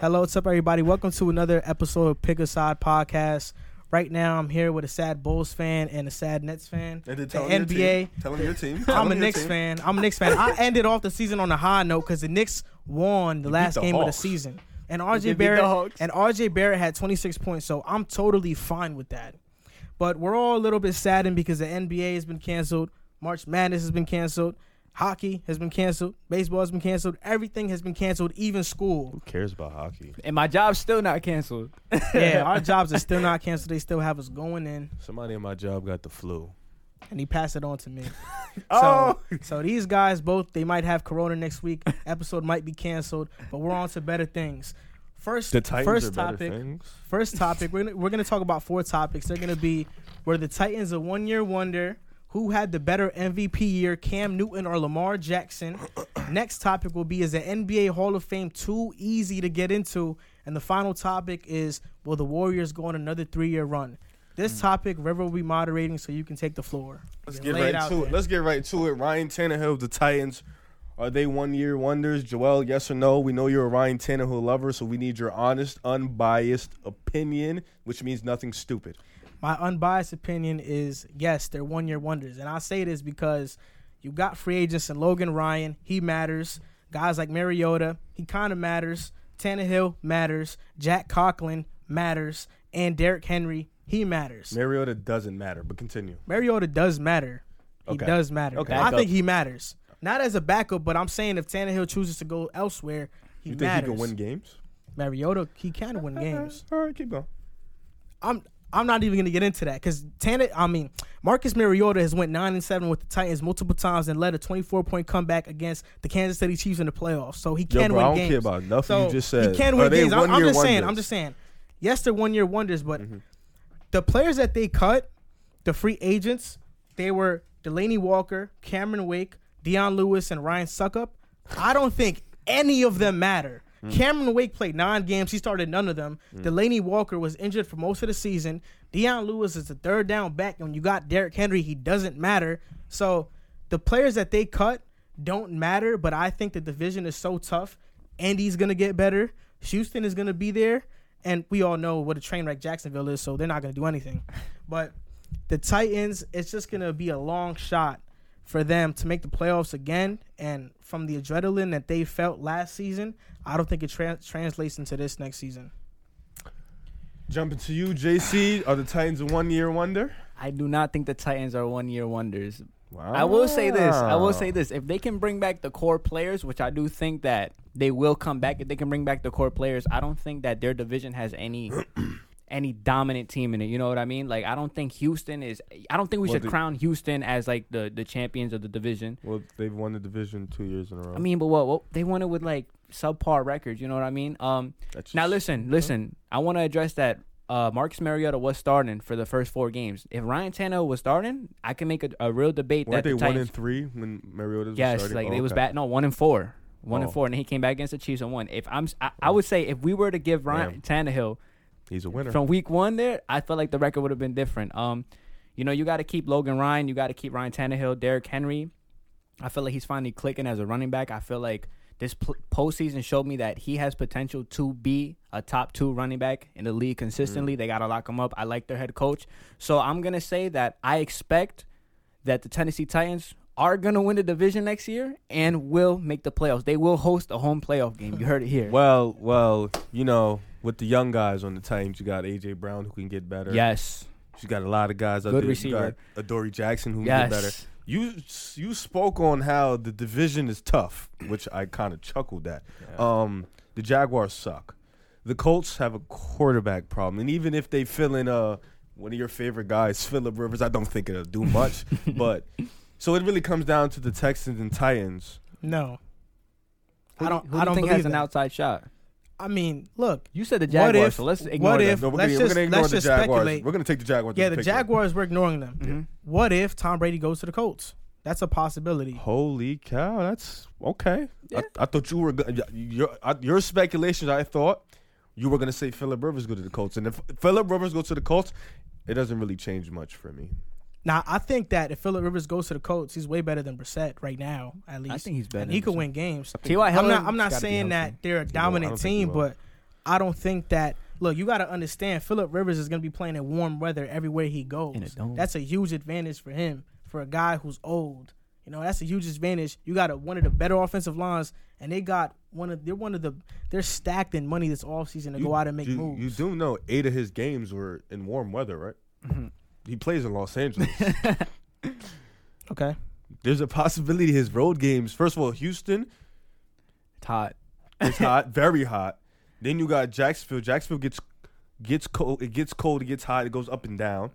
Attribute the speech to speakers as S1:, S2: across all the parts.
S1: Hello, what's up, everybody? Welcome to another episode of Pick a Side Podcast. Right now, I'm here with a sad Bulls fan and a sad Nets fan.
S2: And then
S1: the
S2: tell them Your
S1: NBA.
S2: team. Tell them your team. Tell
S1: I'm a
S2: them your
S1: Knicks
S2: team.
S1: fan. I'm a Knicks fan. I ended off the season on a high note because the Knicks won the last
S2: the
S1: game of the
S2: Hawks.
S1: season, and
S3: did beat
S1: RJ
S3: the
S1: Barrett
S3: Hawks.
S1: and RJ Barrett had 26 points. So I'm totally fine with that. But we're all a little bit saddened because the NBA has been canceled, March Madness has been canceled, hockey has been canceled, baseball has been canceled, everything has been canceled, even school.
S4: cares about hockey?
S3: And my job's still not canceled.
S1: yeah, our jobs are still not canceled. They still have us going in,
S4: Somebody in my job got the flu.
S1: and he passed it on to me.
S3: Oh.
S1: So, so these guys both they might have corona next week. Episode might be canceled, but we're on to better things. First,
S4: The Titans
S1: first
S4: are better
S1: topic.
S4: things.
S1: First topic. We're gonna, we're gonna talk about four topics. They're gonna be where the Titans a one year wonder. Who had the better MVP year, Cam Newton or Lamar Jackson? Next topic will be is the NBA Hall of Fame too easy to get into? And the final topic is will the Warriors go on another three year run? This topic, River will be moderating, so you can take the floor.
S2: Hmm. Let's
S1: Yeah,
S2: get
S1: lay it
S2: right
S1: out
S2: to
S1: there.
S2: it. Let's get right to it. Ryan Tannehill, the Titans. Are they one year wonders? Joel, yes or no? We know you're a Ryan Tannehill lover, so we need your honest, unbiased opinion, which means nothing stupid.
S1: My unbiased opinion is yes, they're one year wonders. And I say this because you got free agents and Logan Ryan, he matters. Guys like Mariota, he kind of matters. Tannehill matters. Jack Conklin matters. And Derrick Henry, he matters.
S2: Mariota doesn't matter, but continue.
S1: Mariota does matter. He
S2: Okay.
S1: does matter.
S2: Okay.
S1: I
S3: Backup.
S1: think he matters. Not as a backup, but I'm saying if Tannehill chooses to go elsewhere, he
S2: You think
S1: matters.
S2: he can win games?
S1: Mariota, he can win games.
S2: All right, keep going.
S1: I'm I'm not even gonna get into that because Tanner, I mean Marcus Mariota has went nine and seven with the Titans multiple times and led a 24 point comeback against the Kansas City Chiefs in the playoffs. So he
S2: Yo,
S1: can
S2: bro,
S1: win
S2: I don't
S1: games.
S2: care about nothing
S1: so
S2: you just said.
S1: he can
S2: Are
S1: win
S2: they
S1: games. I'm, I'm
S2: one-year
S1: just saying.
S2: wonders? Mm-hmm.
S1: I'm just saying. Yes, they're one year wonders, but the players that they cut, the free agents, they were Delaney Walker, Cameron Wake, Deion Lewis, and Ryan Suckup. I don't think any of them matter. Cameron Wake played nine games. He started none of them. Delaney Walker was injured for most of the season. Deion Lewis is the third down back. And when you got Derrick Henry, he doesn't matter. So the players that they cut don't matter, but I think the division is so tough. Andy's going to get better. Houston is going to be there and we all know what a train wreck Jacksonville is, so they're not going to do anything. But the Titans, it's just going to be a long shot for them to make the playoffs again. And from the adrenaline that they felt last season, I don't think it tra- translates into this next season.
S2: Jumping to you, JC. Are the Titans a one year wonder?
S3: I do not think the Titans are one year wonders.
S2: Wow.
S3: I will say this. I will
S2: Oh.
S3: say this. If they can bring back the core players, which I do think that they will come back, if they can bring back the core players, I don't think that their division has any any dominant team in it. You know what I mean? Like I don't think Houston is I don't think we
S2: Well,
S3: should
S2: the-
S3: crown Houston as like the the champions of the division.
S4: Well, they've won the division two years in a
S2: Oh.
S4: row.
S3: I mean, but what, what they won it with like subpar records, you know what I mean? Um
S2: That's
S3: Now
S2: just-
S3: listen, listen. I want to address that. Uh, Marcus Mariota was starting for the first four games. If Ryan Tannehill was starting, I can make a, a real debate
S2: Weren't
S3: that
S2: they
S3: the
S2: one and
S3: Titans.
S2: three when Mariota was
S3: yes,
S2: starting?
S3: like
S2: Oh,
S3: it was
S2: okay.
S3: bad. No, one and four, one
S2: Oh.
S3: and four, and he came back against the Chiefs and won. If I'm, s- I, I would say if we were to give Ryan Tannehill
S4: He's a winner.
S3: from week one there, I felt like the record would have been different. Um, you know, you got to keep Logan Ryan, you got to keep Ryan Tannehill, Derrick Henry. I feel like he's finally clicking as a running back. I feel like this pl- postseason showed me that he has potential to be a top two running back in the league
S4: Mm.
S3: consistently. They got to lock him up. I like their head coach. So I'm going to say that I expect that the Tennessee Titans are going to win the division next year and will make the playoffs. They will host a home playoff game. You heard it here.
S4: well, well, you know, with the young guys on the Titans, you got AJ Brown who can get better.
S3: Yes.
S4: you got a lot of guys. out
S3: Good
S4: there.
S3: receiver.
S4: You got Adoree Jackson who can get
S3: Yes.
S4: better. You you spoke on how the division is tough, which I kind of chuckled at. Um, the Jaguars suck. The Colts have a quarterback problem, and even if they fill in uh one of your favorite guys, Philip Rivers, I don't think it'll do much. but so it really comes down to the Texans and Titans.
S1: No,
S3: Who
S1: I
S3: do-
S1: don't.
S3: Who do
S1: I
S3: you
S1: don't
S3: think
S1: believe
S3: has an
S1: that.
S3: outside shot?
S1: I mean, look.
S3: You said the
S1: What
S3: Jaguars,
S1: if-
S3: so let's ignore
S1: what
S3: them.
S1: if-
S2: No, we're
S1: let's
S2: gonna, we're
S1: just-
S2: gonna ignore
S1: let's
S2: the
S1: just
S2: Jaguars.
S1: speculate.
S2: We're gonna take the Jaguars.
S1: Yeah,
S2: to
S1: the
S2: pick them.
S1: Jaguars. We're ignoring them.
S3: Mhm.
S1: What if Tom Brady goes to the Colts? That's a possibility.
S4: Holy cow, that's okay.
S3: Yeah.
S4: I, I thought you were go- your I- your speculations. I thought you were gonna say Philip Rivers go to the Colts, and if Philip Rivers go to the Colts, it doesn't really change much for me.
S1: Now, I think that if Philip Rivers goes to the Colts, he's way better than Brissett right now, at least.
S3: think he's better
S1: And he
S3: than
S1: could
S3: Brissett.
S1: win games.
S3: T.Y.
S1: I'm
S3: Hilton
S1: not. I'm not
S3: gotta be
S1: saying
S3: healthy.
S1: that they're a
S4: I don't
S1: dominant
S4: think he
S1: team,
S4: will.
S1: but I don't think that. Look, you got to understand, Philip Rivers is going to be playing in warm weather everywhere he goes.
S3: In a dome.
S1: That's a huge advantage for him, for a guy who's old. You know, that's a huge advantage. You got a, one of the better offensive lines, and they got one of they're one of the they're stacked in money this offseason to go out and make
S4: you,
S1: moves.
S4: You do know eight of his games were in warm weather, right?
S1: Mm-hmm.
S4: He plays in Los Angeles.
S1: Okay,
S4: There's a possibility his road games. First of all, Houston
S3: It's hot.
S4: is hot, very hot. Then you got Jacksonville. Jacksonville gets gets cold. It gets cold. It gets hot. It goes up and down.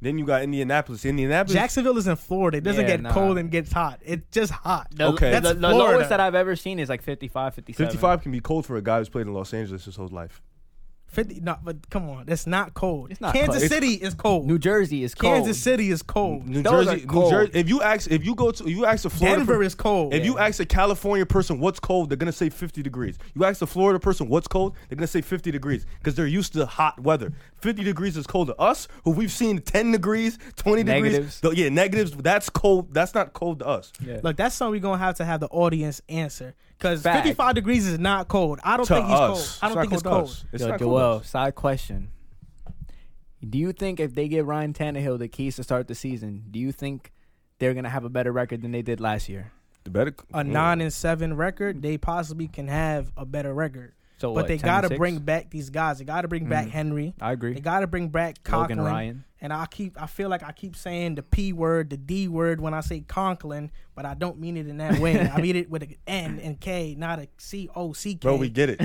S4: Then you got Indianapolis. Indianapolis.
S1: Jacksonville is in Florida. It doesn't
S3: Yeah,
S1: get
S3: nah.
S1: cold and gets hot. It's just hot.
S3: The,
S4: Okay.
S3: the-
S1: That's
S3: the
S1: Florida.
S3: lowest that I've ever seen is like 55, 57.
S4: 55 can be cold for a guy who's played in Los Angeles his whole life.
S1: 50, no, but come on, that's not cold.
S3: It's not
S1: Kansas
S3: cold. It's-
S1: City is cold.
S3: New Jersey is cold.
S1: Kansas City is cold.
S4: New
S3: Those
S4: Jersey,
S3: are cold.
S4: New Jersey. If you ask, if you go to, you ask a Florida,
S1: Denver
S4: per-
S1: is cold.
S4: if you ask a California person what's cold, they're gonna say 50 degrees. You ask a Florida person what's cold, they're gonna say 50 degrees because they're used to hot weather. 50 degrees is cold to us, who we've seen 10 degrees, 20
S3: Negatives.
S4: degrees. Th- yeah, negatives. That's cold. That's not cold to us.
S3: Yeah.
S1: Look, that's something we're gonna have to have the audience answer because
S3: Fact.
S1: 55 degrees is not cold. I don't
S4: To
S1: think he's
S4: us,
S1: cold. I don't think
S4: not
S1: it's
S4: cold to
S1: cold.
S4: us.
S3: Yo,
S4: not cold to
S3: Joel,
S4: us.
S3: side question. Do you think if they give Ryan Tannehill the keys to start the season, do you think they're gonna have a better record than they did last year?
S4: The better
S1: A nine and seven record, they possibly can have a better record,
S3: So
S1: but
S3: Oh, what,
S1: they
S3: 10
S1: gotta
S3: six?
S1: bring back these guys. They gotta bring
S4: Mm.
S1: back Henry.
S3: I
S1: They
S3: agree.
S1: gotta bring back
S3: Logan
S1: Conklin.
S3: Ryan.
S1: And I keep, I feel like I keep saying the p word, the d word when I say Conklin, but I don't mean it in that way. I mean it with an N and K, not a C O C K.
S4: Bro, we get it.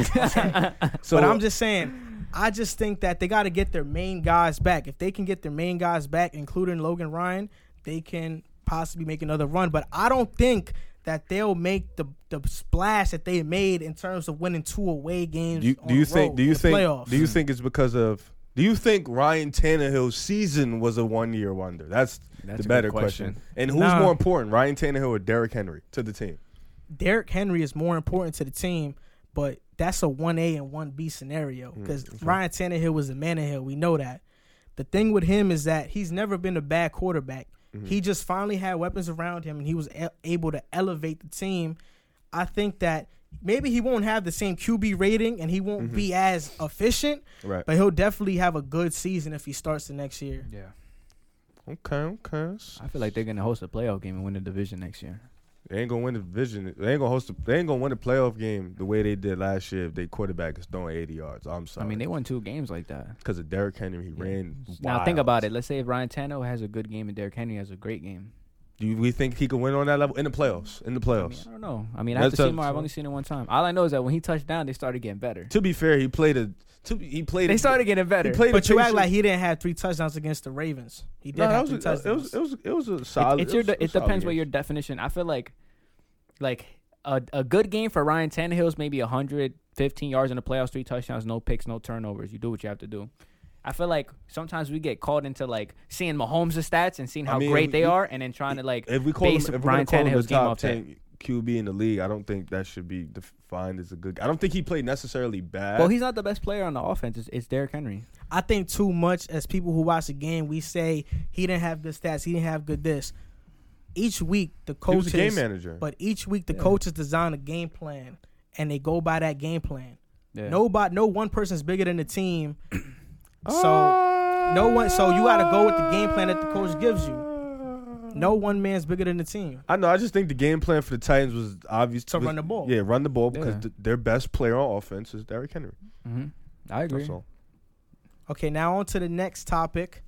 S4: so
S1: but I'm just saying, I just think that they got to get their main guys back. If they can get their main guys back, including Logan Ryan, they can possibly make another run. But I don't think that they'll make the the splash that they made in terms of winning two away games.
S4: Do you,
S1: on
S4: do you
S1: the
S4: think?
S1: road
S4: Do you
S1: in the
S4: think?
S1: playoffs.
S4: Do you think it's because of? Do you think Ryan Tannehill's season was a one-year wonder? That's,
S3: That's
S4: the
S3: a good
S4: better question.
S3: question.
S4: And who's
S1: Nah.
S4: more important, Ryan Tannehill or Derrick Henry to the team?
S1: Derrick Henry is more important to the team, but that's a one A and one B scenario
S4: Mm,
S1: because Ryan Tannehill was the man in hill. We know that. The thing with him is that he's never been a bad quarterback.
S4: Mm-hmm.
S1: He just finally had weapons around him, and he was e- able to elevate the team. I think that maybe he won't have the same QB rating, and he won't
S4: Mm-hmm.
S1: be as efficient.
S4: Right.
S1: But he'll definitely have a good season if he starts the next year.
S3: Yeah.
S4: Okay, okay.
S3: I feel like they're gonna host a playoff game and win the division next year.
S4: They ain't gonna win the division. They ain't gonna host. A, they ain't gonna win a playoff game the way they did last year. If they quarterback is throwing 80 yards, I'm sorry.
S3: I mean, they won two games like that.
S4: because of Derrick Henry, he ran.
S3: Now
S4: wild.
S3: think about it. Let's say if Ryan Tannehill has a good game and Derrick Henry has a great game.
S4: Do you, we think he could win on that level in the playoffs? In the
S3: I mean,
S4: playoffs.
S3: I don't know. I mean,
S4: That's
S3: after Seymour,
S4: tough,
S3: I've
S4: so-
S3: only seen it one time. All I know is that when he touched down, they started getting better.
S4: to be fair, he played a. To, be- he played.
S3: They
S4: a-
S3: started getting better.
S4: He played a
S1: But you act
S4: patient-
S1: like he didn't have three touchdowns against the Ravens. He did
S4: No,
S1: have
S4: that
S1: three
S4: was, a,
S1: touchdowns.
S4: it was. It was. It was a
S3: It-
S4: solid.
S3: it's your.
S4: it was-
S3: de-
S4: it was
S3: It
S4: solid
S3: depends what
S4: game.
S3: your definition. I feel like, like a a good game for Ryan Tannehill is maybe 115 yards in the playoffs, three touchdowns, no picks, no turnovers. You do what you have to do. I feel like sometimes we get caught into like seeing Mahomes' stats and seeing how
S4: mean,
S3: great
S4: if
S3: they
S4: you-
S3: are, and then trying to like
S4: if we call
S3: base
S4: him, if
S3: Ryan
S4: Ryan call him the
S3: Tannehill's game
S4: top
S3: off that.
S4: ten QB in the league, I don't think that should be defined as a good. I don't think he played necessarily bad.
S3: Well, he's not the best player on the offense. It's, it's Derrick Henry.
S1: I think too much as people who watch the game, we say he didn't have good stats, he didn't have good this. Each week the
S4: He
S1: coaches
S4: was a game manager.
S1: but each week the coaches design a game plan and they go by that game plan.
S3: Yeah.
S1: Nobody no one person's bigger than the team. so no one so you gotta go with the game plan that the coach gives you. No one man's bigger than the team.
S4: I know. I just think the game plan for the Titans was obvious
S1: To
S4: was-
S1: run the ball.
S4: Yeah, run the ball because
S3: Yeah.
S4: th- their best player on offense is Derrick Henry.
S3: hmm I agree.
S4: That's all.
S1: Okay, now on to the next topic.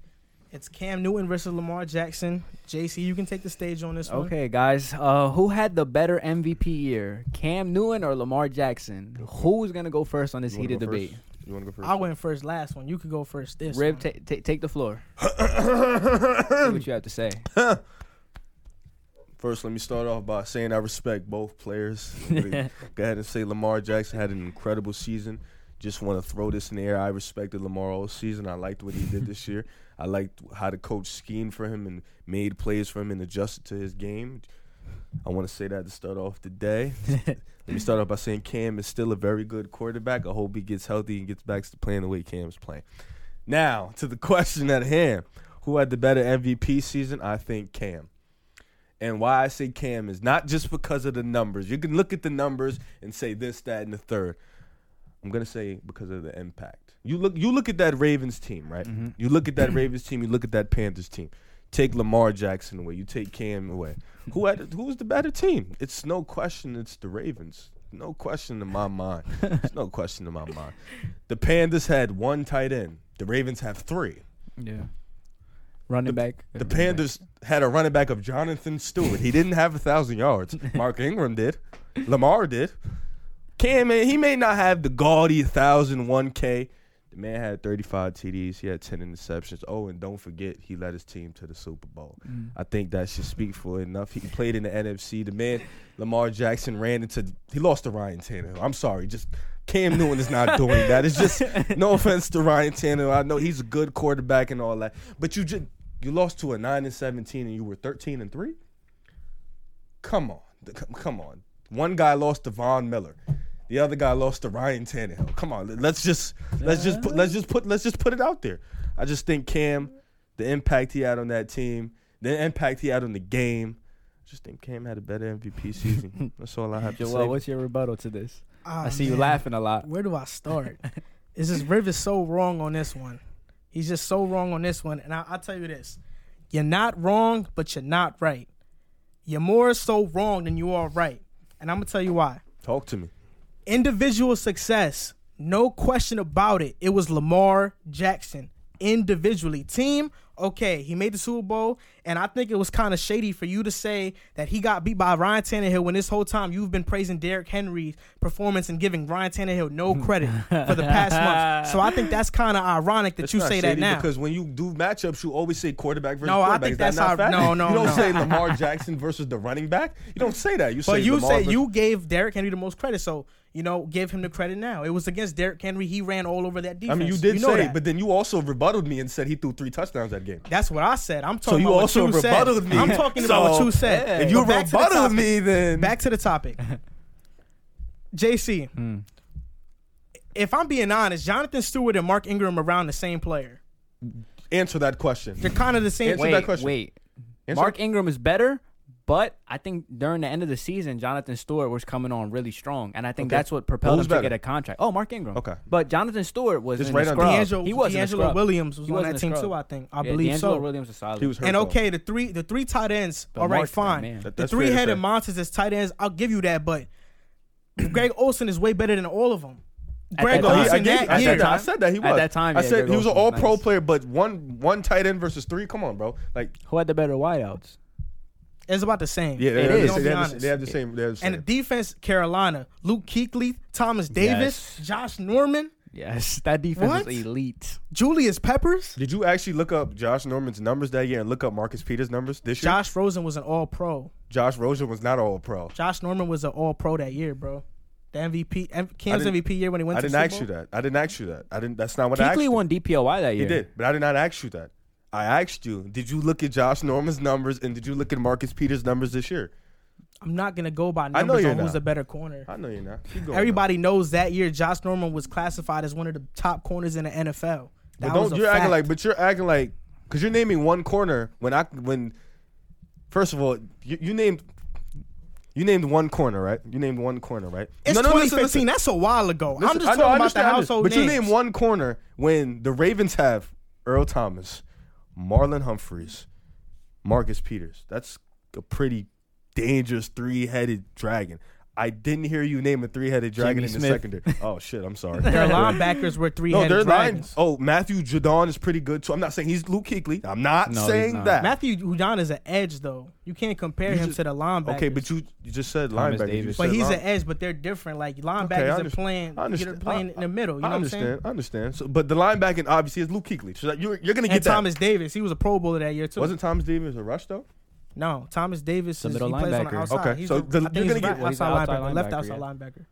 S1: It's Cam Newton versus Lamar Jackson. JC, you can take the stage on this one.
S3: Okay, guys. Uh, who had the better MVP year, Cam Newton or Lamar Jackson? Who's gonna go first on this
S4: You wanna
S3: heated
S4: go
S3: debate?
S4: first? You want to go first?
S1: I went first last one. You could go first this
S3: Rib,
S1: one.
S3: ta ta- take the floor. See what you have to say.
S4: First, let me start off by saying I respect both players. I'm gonna go ahead and say Lamar Jackson had an incredible season. Just want to throw this in the air. I respected Lamar all season. I liked what he did this year. I liked how the coach schemed for him and made plays for him and adjusted to his game. I want to say that to start off the day. Let me start off by saying Cam is still a very good quarterback. I hope he gets healthy and gets back to playing the way Cam's playing. Now, to the question at hand who had the better MVP season? I think Cam. And why I say Cam is not just because of the numbers. You can look at the numbers and say this, that, and the third. I'm gonna say because of the impact. You look you look at that Ravens team, right? You look at that Ravens team, you look at that Panthers team. Take Lamar Jackson away, you take Cam away. Who had who was the better team? It's no question it's the Ravens. No question in my mind. It's no question in my mind. The Panthers had one tight end. The Ravens have three.
S3: Yeah. Running back.
S4: The Panthers had a running back of Jonathan Stewart. He didn't have a thousand yards. Mark Ingram did. Lamar did. Cam, man, he may not have the gaudy thousand one k. The man had 35 TDs. He had 10 interceptions. Oh, and don't forget, he led his team to the Super Bowl. I think that should speak for enough. He played in the NFC. The man, Lamar Jackson, ran into. He lost to Ryan Tannehill. I'm sorry. Just Cam Newton is not doing that. It's just no offense to Ryan Tannehill. I know he's a good quarterback and all that, but you just you lost to a nine and 17 and you were 13 and three. Come on, Th- c- come on. One guy lost to Von Miller. The other guy lost to Ryan Tannehill. Come on, let's just let's just put let's just put let's just put it out there. I just think Cam, the impact he had on that team, the impact he had on the game. I just think Cam had a better MVP season. That's all I have to
S3: Joel,
S4: say.
S3: what's your rebuttal to this?
S1: Ah,
S3: I see you
S1: man.
S3: laughing a lot.
S1: Where do I start? is this Riv is so wrong on this one. He's just so wrong on this one. And I, I'll tell you this. You're not wrong, but you're not right. You're more so wrong than you are right. And I'm gonna tell you why.
S4: Talk to me.
S1: individual success, no question about it. It was Lamar Jackson individually. Team, okay, he made the Super Bowl, and I think it was kind of shady for you to say that he got beat by Ryan Tannehill when this whole time you've been praising Derrick Henry's performance and giving Ryan Tannehill no credit for the past month. So I think that's kind of ironic that
S4: That's
S1: you
S4: not
S1: say that
S4: shady
S1: now.
S4: because when you do matchups, you always say quarterback versus
S1: No, I
S4: quarterback.
S1: think
S4: Is that
S1: that's
S4: not
S1: how-
S4: fact?
S1: no, no,
S4: You don't
S1: no.
S4: say Lamar Jackson versus the running back. You don't say that. You say
S1: But you
S4: Lamar
S1: say
S4: versus-
S1: you gave Derrick Henry the most credit, so you know give him the credit now. It was against Derrick Henry; he ran all over that
S4: I
S1: defense.
S4: mean, you did
S1: know
S4: say,
S1: that.
S4: but then you also rebutted me and said he threw three touchdowns that game.
S1: That's what I said. I'm talking
S4: you
S1: about
S4: also
S1: what you
S4: rebutted
S1: said.
S4: me.
S1: I'm talking about what
S4: So,
S1: you said.
S4: If you
S1: But back to the
S4: rebutted
S1: topic.
S4: me, then
S1: back to the topic. JC,
S4: Hmm.
S1: if I'm being honest, Jonathan Stewart and Mark Ingram are around the same player.
S4: answer that question.
S1: They're kind of the same.
S4: Answer
S1: player.
S4: that
S3: Wait,
S4: question.
S3: wait.
S4: Answer-
S3: Mark Ingram is better, but I think during the end of the season, Jonathan Stewart was coming on really strong, and I think
S4: Okay.
S3: that's what propelled
S4: Who's
S3: him
S4: better?
S3: to get a contract. Oh, Mark Ingram.
S4: Okay.
S3: but Jonathan Stewart was
S4: Just
S3: in
S4: right
S3: the
S4: on
S3: scrub.
S1: D'Angelo,
S3: he was in the
S1: D'Angelo
S3: scrub.
S1: Williams was
S3: He
S1: on
S3: was in
S1: that
S3: the
S1: team
S3: scrub.
S1: too. I think. I
S3: Yeah,
S1: believe
S3: D'Angelo
S1: so.
S3: Williams was solid.
S4: He was hurt.
S1: and
S4: though.
S1: okay, the three the three tight ends.
S3: But
S1: all right,
S3: Mark's the
S1: fine.
S3: man. That-
S1: the
S4: that's fair to
S1: three headed
S4: say.
S1: monsters as tight ends. I'll give you that, but Greg Olson is way better than all of them.
S3: At
S1: Greg
S3: that time.
S4: No, he- I,
S1: Olson
S4: gave-
S1: that
S4: I
S1: year.
S4: said that, I said that he
S3: At
S4: was.
S3: that time,
S4: I
S3: yeah,
S4: said
S3: Greg
S4: he was an
S3: Olsen
S4: all
S3: was
S4: pro
S3: nice.
S4: player, but one one tight end versus three. Come on, bro. Like,
S3: Who had the better wideouts?
S1: It's about the same.
S4: yeah, they,
S3: It
S4: they-
S3: is.
S4: they-
S1: Don't
S4: they
S1: be
S4: have the,
S1: honest.
S4: they have the same. They have the same.
S1: And the defense, Carolina, Luke Kuechly, Thomas Davis,
S3: Yes.
S1: Josh Norman,
S3: Yes, that defense
S1: What?
S3: was elite.
S1: Julius Peppers.
S4: Did you actually look up Josh Norman's numbers that year and look up Marcus Peters' numbers this year?
S1: Josh Rosen was an All Pro.
S4: Josh Rosen was not all pro.
S1: Josh Norman was an All Pro that year, bro. The MVP, M- Cam's
S4: didn't-
S1: MVP year when he went
S4: I
S1: to
S4: didn't
S1: the
S4: ask
S1: Super
S4: you
S1: Bowl?
S4: that. I didn't ask you that. I didn't. That's not what I asked.
S3: Keekly
S4: you.
S3: won DPOY that year.
S4: He did, but I did not ask you that. I asked you, did you look at Josh Norman's numbers and did you look at Marcus Peters' numbers this year?
S1: I'm not gonna go by
S4: know
S1: numbers on
S4: you're
S1: who's
S4: not.
S1: the better corner.
S4: I know you're not. Keep going.
S1: Everybody knows that year Josh Norman was classified as one of the top corners in the NFL.
S4: though.
S1: That
S4: but
S1: was
S4: don't
S1: a
S4: you're acting
S1: fact.
S4: like, but you're acting like, because you're naming one corner when I when, first of all, you, you named. You named one corner, right? You named one corner, right?
S1: it's
S4: No, no, listen,
S1: 2015.
S4: listen.
S1: That's a while ago. I'm
S4: Listen,
S1: just
S4: I know,
S1: talking
S4: I
S1: about the
S4: understand, I understand.
S1: household
S4: But you
S1: names.
S4: name one corner when the Ravens have Earl Thomas, Marlon Humphreys, Marcus Peters. That's a pretty dangerous three-headed dragon. I didn't hear you name a three-headed dragon
S3: Jimmy
S4: in the
S3: Smith.
S4: secondary. Oh shit, I'm sorry.
S1: Their linebackers were three
S4: no,
S1: headed
S4: their line.
S1: dragons.
S4: Oh, Matthew Jadon is pretty good too. I'm not saying he's Luke Kuechly. I'm not
S3: No, he's
S4: saying
S3: not.
S4: that.
S1: Matthew Udon is an edge though. You can't compare
S4: You
S1: him
S4: just-
S1: to the linebacker.
S4: okay, but you, you just said
S3: Thomas
S4: linebacker. You
S3: Davis.
S4: just
S1: But
S4: said
S1: he's
S4: line-
S1: an edge, but they're different. Like
S4: Okay, I
S1: linebackers are
S4: underst-
S1: playing,
S4: I
S1: you're
S4: understand.
S1: playing in the middle. You know
S4: I understand.
S1: what I'm saying?
S4: I understand. So, but the linebacker obviously is Luke Kuechly. So that you're, you're gonna get
S1: And
S4: that.
S1: Thomas Davis, he was a Pro Bowler that year too.
S4: Wasn't Thomas Davis a rush though?
S1: no, Thomas Davis
S3: The
S1: is, he
S3: middle
S1: plays on the
S3: linebacker.
S1: outside.
S4: Okay,
S1: he's
S4: so
S1: a,
S4: the-
S1: I think
S4: you're
S1: he's
S4: gonna
S1: right
S4: get-
S3: Well, he's
S1: outside,
S3: outside
S1: linebacker, left
S3: linebacker,
S1: outside
S3: yeah.
S1: linebacker.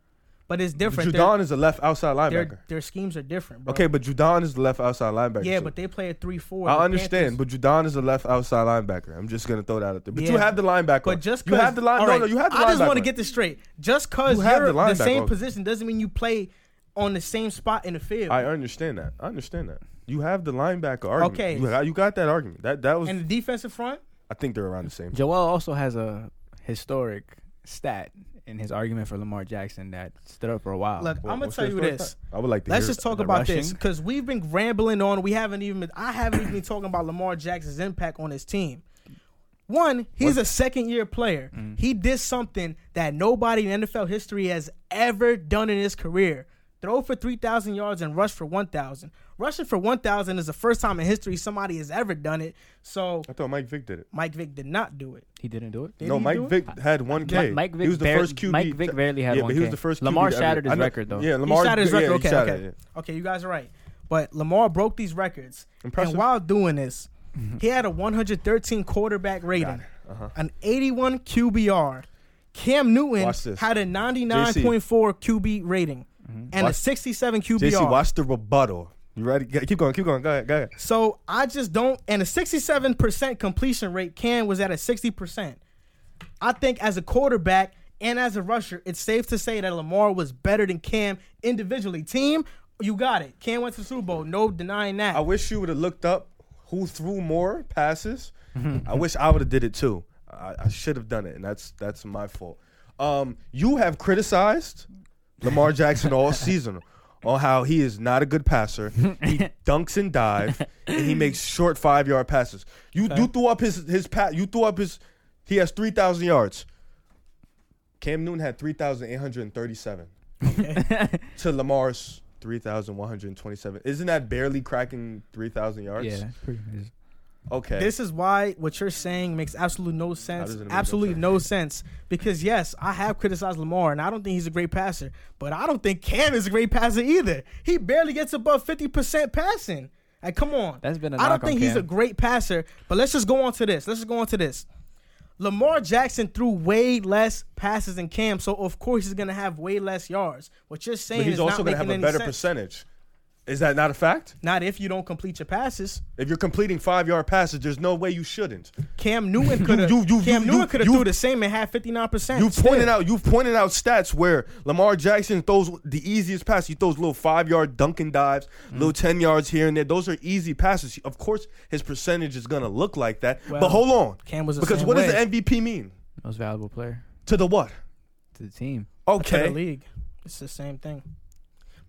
S1: But it's different. Their,
S4: Judon is the left outside linebacker.
S1: their their schemes are different, bro.
S4: Okay, but Judon is the left outside linebacker.
S1: yeah,
S4: too.
S1: but they play a three four.
S4: I understand, but Judon is the left outside linebacker. I'm just gonna throw that out there. But you
S1: Yeah.
S4: have the linebacker.
S1: But just
S4: you
S1: cause,
S4: have the line.
S1: all
S4: No,
S1: right,
S4: no, you have the
S1: I just
S4: want
S1: want to get this straight. Just cause
S4: You
S1: you
S4: have
S1: are
S4: the
S1: the,
S4: linebacker,
S1: same
S4: okay.
S1: position doesn't mean you play on the same spot in the field.
S4: I understand that. I understand that. You have the linebacker argument.
S1: Okay.
S4: you, got- you got that argument. That that was.
S1: and the defensive front,
S4: I think they're around the same.
S3: Joel also has a historic stat in his argument for Lamar Jackson that stood up for a while.
S1: Look, I'm gonna
S4: what's
S1: tell
S4: your
S1: you
S4: thoughts?
S1: this.
S4: I would like to.
S1: Let's
S4: hear
S1: just talk
S3: Uh, the
S1: about this
S3: rushing.
S1: because we've been rambling on. We haven't even been, I haven't even been talking about Lamar Jackson's impact on his team. One, he's a second year player.
S3: Mm-hmm.
S1: He did something that nobody in NFL history has ever done in his career. Throw for 3,000 yards and rush for 1,000. Rushing for 1,000 is the first time in history somebody has ever done it. So
S4: I thought Mike Vick did it.
S1: Mike Vick did not do it.
S3: he didn't do it.
S1: Did
S4: no,
S1: he
S4: Mike
S1: do it?
S4: Vick had one K.
S3: Mi- Mike Vick
S4: he was the
S3: barely-
S4: first QB.
S3: Mike Vick barely had
S4: yeah, but he was
S3: 1K.
S4: the first.
S3: Lamar
S4: QB to
S3: shattered
S4: ever,
S3: his
S4: I know-
S3: record, though.
S4: Yeah,
S3: He
S4: Lamar
S1: he shot his record.
S4: yeah, he
S1: okay,
S4: shot
S1: okay,
S4: it,
S1: okay. You guys are right. But Lamar broke these records,
S4: Impressive. Mm-hmm.
S1: and while doing this, he had a 113 quarterback rating,
S4: Uh-huh.
S1: an 81 QBR. Cam Newton
S4: Watch this. Mm-hmm.
S1: had a 99.4 QB rating and a
S4: Watch-
S1: 67
S4: yeah.
S1: QBR.
S4: JC, watch the rebuttal. You ready? Go- Keep going. Keep going. Go ahead. Go ahead.
S1: So I just don't. And a 67% completion rate, Cam was at a 60%. I think as a quarterback and as a rusher, it's safe to say that Lamar was better than Cam individually. Team, you got it. Cam went to the Super Bowl. No denying that.
S4: I wish you would have looked up who threw more passes. I wish I would have did it too. I, I should have done it, and that's that's my fault. Um, you have criticized Lamar Jackson all season on how he is not a good passer. He dunks and dive, and he makes short five yard passes. You you threw up his his pat. You threw up his. He has three thousand yards. Cam Newton had three thousand eight hundred and thirty seven to Lamar's 3,127. Isn't that barely cracking 3,000 yards?
S3: Yeah, pretty much.
S4: Okay.
S1: This is why what you're saying makes absolute no sense.
S4: does it make no
S1: Absolutely
S4: sense?
S1: no sense. Because yes, I have criticized Lamar, and I don't think he's a great passer. But I don't think Cam is a great passer either. He barely gets above fifty percent passing. Like, come on.
S3: That's been a
S1: I don't
S3: knock on
S1: think he's a
S3: Cam.
S1: great passer. But let's just go on to this. Let's just go on to this. Lamar Jackson threw way less passes than Cam, so of course he's gonna have way less yards. What you're saying
S4: but he's
S1: is
S4: also
S1: not
S4: going
S1: making
S4: to have a
S1: any
S4: better
S1: sense.
S4: percentage. Is that not a fact?
S1: Not if you don't complete your passes.
S4: If you're completing five yard passes, there's no way you shouldn't.
S1: Cam Newton could have.
S4: you- you-
S1: Cam
S4: you-
S1: Newton could have
S4: you-
S1: threw the same and had fifty nine percent.
S4: You've pointed out you've pointed out stats where Lamar Jackson throws the easiest pass. He throws little five yard dunking dives,
S1: Mm.
S4: little ten yards here and there. Those are easy passes. Of course, his percentage is gonna look like that.
S1: Well,
S4: but hold on,
S1: Cam was the
S4: because
S1: same
S4: what
S1: way.
S4: does the MVP mean
S3: Most valuable player
S4: to the what?
S3: to the team.
S1: to the
S4: Okay,
S1: league. It's the same thing.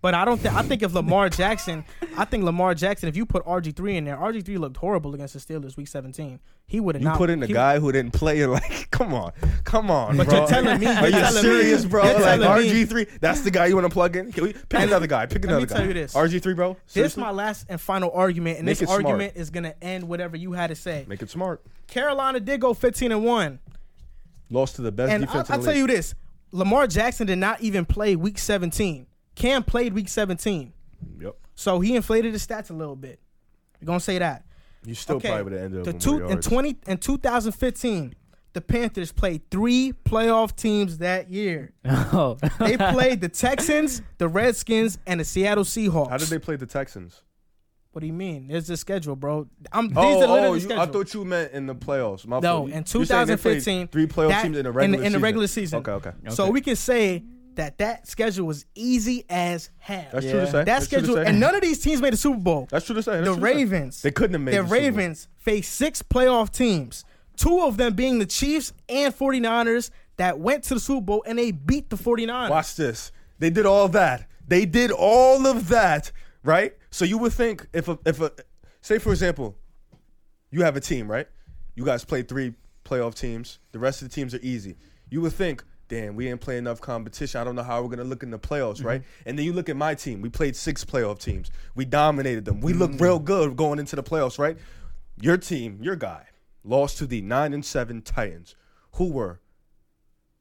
S1: But I don't think I think if Lamar Jackson, I think Lamar Jackson, if you put RG three in there, RG three looked horrible against the Steelers week seventeen. He would have
S4: you
S1: not
S4: put in a
S1: he-
S4: guy who didn't play. You're like, come on, come on,
S1: But
S4: bro.
S1: you're telling me, you're
S4: Are you
S1: telling
S4: serious,
S1: me,
S4: bro?
S1: You're
S4: Like
S1: telling me,
S4: RG three, that's the guy you want to plug in. Can we- Pick another guy. Pick
S1: let
S4: another
S1: me
S4: guy.
S1: tell you this.
S4: RG three, bro.
S1: this is
S4: Seriously?
S1: my last and final argument, and
S4: Make
S1: this
S4: it smart.
S1: argument is gonna end whatever you had to say.
S4: Make it smart.
S1: Carolina did go fifteen and one.
S4: Lost to the best
S1: and
S4: defense.
S1: I,
S4: in
S1: will
S4: the
S1: tell
S4: league.
S1: you this: Lamar Jackson did not even play Week 17. Cam played Week 17,
S4: Yep.
S1: so he inflated his stats a little bit. We're gonna say that.
S4: You still
S1: Okay,
S4: probably would have ended up
S1: the
S4: with
S1: two
S4: more
S1: in
S4: yards.
S1: 20 in 2015, the Panthers played three playoff teams that year.
S3: Oh,
S1: They played the Texans, the Redskins, and the Seattle Seahawks.
S4: How did they play the Texans?
S1: What do you mean? There's the schedule, bro. I'm these are
S4: Oh,
S1: literally
S4: oh
S1: the
S4: you,
S1: schedule.
S4: I thought you meant in the playoffs. My
S1: No,
S4: fault.
S1: in
S4: You're saying they played
S1: 2015,
S4: three playoff
S1: that-
S4: teams in the
S1: in the-
S4: regular
S1: in the
S4: season.
S1: regular season.
S4: Okay, okay.
S1: So we can say that that schedule was easy as hell.
S4: That's true to
S3: Yeah.
S4: say.
S3: That
S1: That
S4: That's true to
S1: schedule,
S4: say.
S1: and none of these teams made the Super Bowl.
S4: That's true to say. That's
S1: the
S4: true to say.
S1: Ravens.
S4: They couldn't have made
S1: the
S4: the Super Bowl.
S1: Ravens faced six playoff teams, two of them being the Chiefs and 49ers that went to the Super Bowl and they beat the 49ers.
S4: Watch this. They did all that. They did all of that, right? So you would think if a, if a say for example, you have a team, right? You guys play three playoff teams. The rest of the teams are easy. You would think, damn, we didn't play enough competition. I don't know how we're gonna look in the playoffs, right? And then you look at my team. We played six playoff teams. We dominated them. We looked real good going into the playoffs, right? Your team, your guy, lost to the nine and seven Titans, who were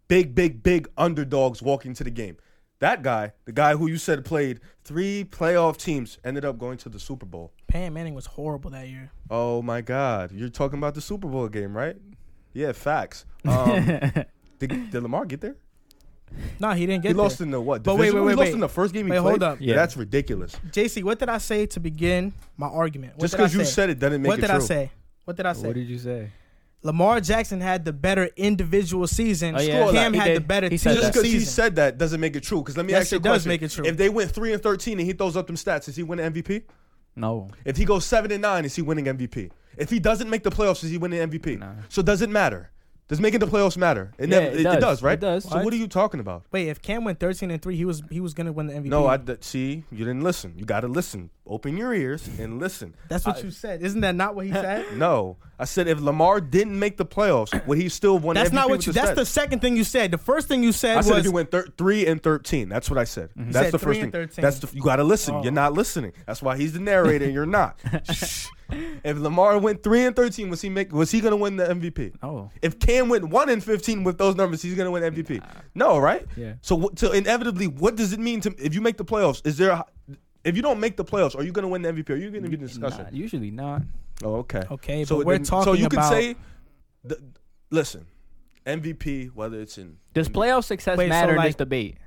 S4: big, big, big underdogs walking to the game. That guy, the guy who you said played three playoff teams, ended up going to the Super Bowl.
S1: Pam Manning was horrible that year.
S4: Oh my God, you're talking about the Super Bowl game, right? Yeah, facts. Um, did, did Lamar get there?
S1: No, he didn't get
S4: he lost
S1: there.
S4: in the what?
S1: But wait,
S4: divisional?
S1: wait,
S4: he
S1: wait,
S4: lost
S1: wait.
S4: in the first game he
S1: Wait,
S4: played.
S1: hold up.
S4: Yeah, that's ridiculous.
S1: JC, what did I say to begin my argument? What
S4: Just
S1: did I
S4: because you
S1: say?
S4: said it doesn't make
S1: What
S4: it
S1: did
S4: true.
S1: I say? What did I say?
S3: what did you say?
S1: Lamar Jackson had the better individual season.
S3: Oh, yeah.
S1: Cam
S3: He
S1: had
S3: did.
S1: the better
S3: He
S1: team
S3: said
S4: Just
S3: that.
S4: because he
S1: season.
S4: said that doesn't make it true. Because let me
S1: Yes,
S4: ask you a
S1: it
S4: question:
S1: does make it true.
S4: If they went three and thirteen and he throws up them stats, is he winning MVP?
S3: No.
S4: If he goes seven and nine, is he winning MVP? If he doesn't make the playoffs, is he winning MVP?
S3: Nah.
S4: So does it matter? Does making the playoffs matter? It,
S3: Yeah,
S4: never, it,
S3: it
S4: it does.
S3: does.
S4: right?
S3: It does.
S4: So what are you talking about?
S1: Wait, if Cam went 13 and 3, he was he was going to win the MVP.
S4: No, I d- see. You didn't listen. You got to listen. Open your ears and listen.
S1: That's what you said. Isn't that not what he said?
S4: No, I said if Lamar didn't make the playoffs, would he still won?
S1: That's
S4: MVP
S1: not
S4: with
S1: what you. That's the
S4: Stats?
S1: second thing you said. The first thing you said
S4: I
S1: was Mm-hmm.
S4: said if you went thir- three and thirteen. That's what I said. That's
S1: said
S4: the
S1: three
S4: first
S1: and Oh.
S4: thing.
S1: 13.
S4: That's the, you got to listen. You're not listening. That's why he's the narrator. and You're not. Shh. if Lamar went three and thirteen, was he make? Was he gonna win the MVP?
S3: Oh.
S4: If Cam went one and fifteen with those numbers, he's gonna win MVP. No, right?
S3: Yeah.
S4: So what- so inevitably, what does it mean to if you make the playoffs? Is there? A, if you don't make the playoffs, are you gonna win the MVP? Are you gonna be discussing?
S3: Not- usually not.
S4: Oh, okay.
S1: Okay, but we're
S4: So
S1: talking
S4: you
S1: about-
S4: can say, the, listen, MVP, whether it's in,
S3: Does playoff success
S1: Wait, so,
S3: matter in
S1: like-
S3: this debate?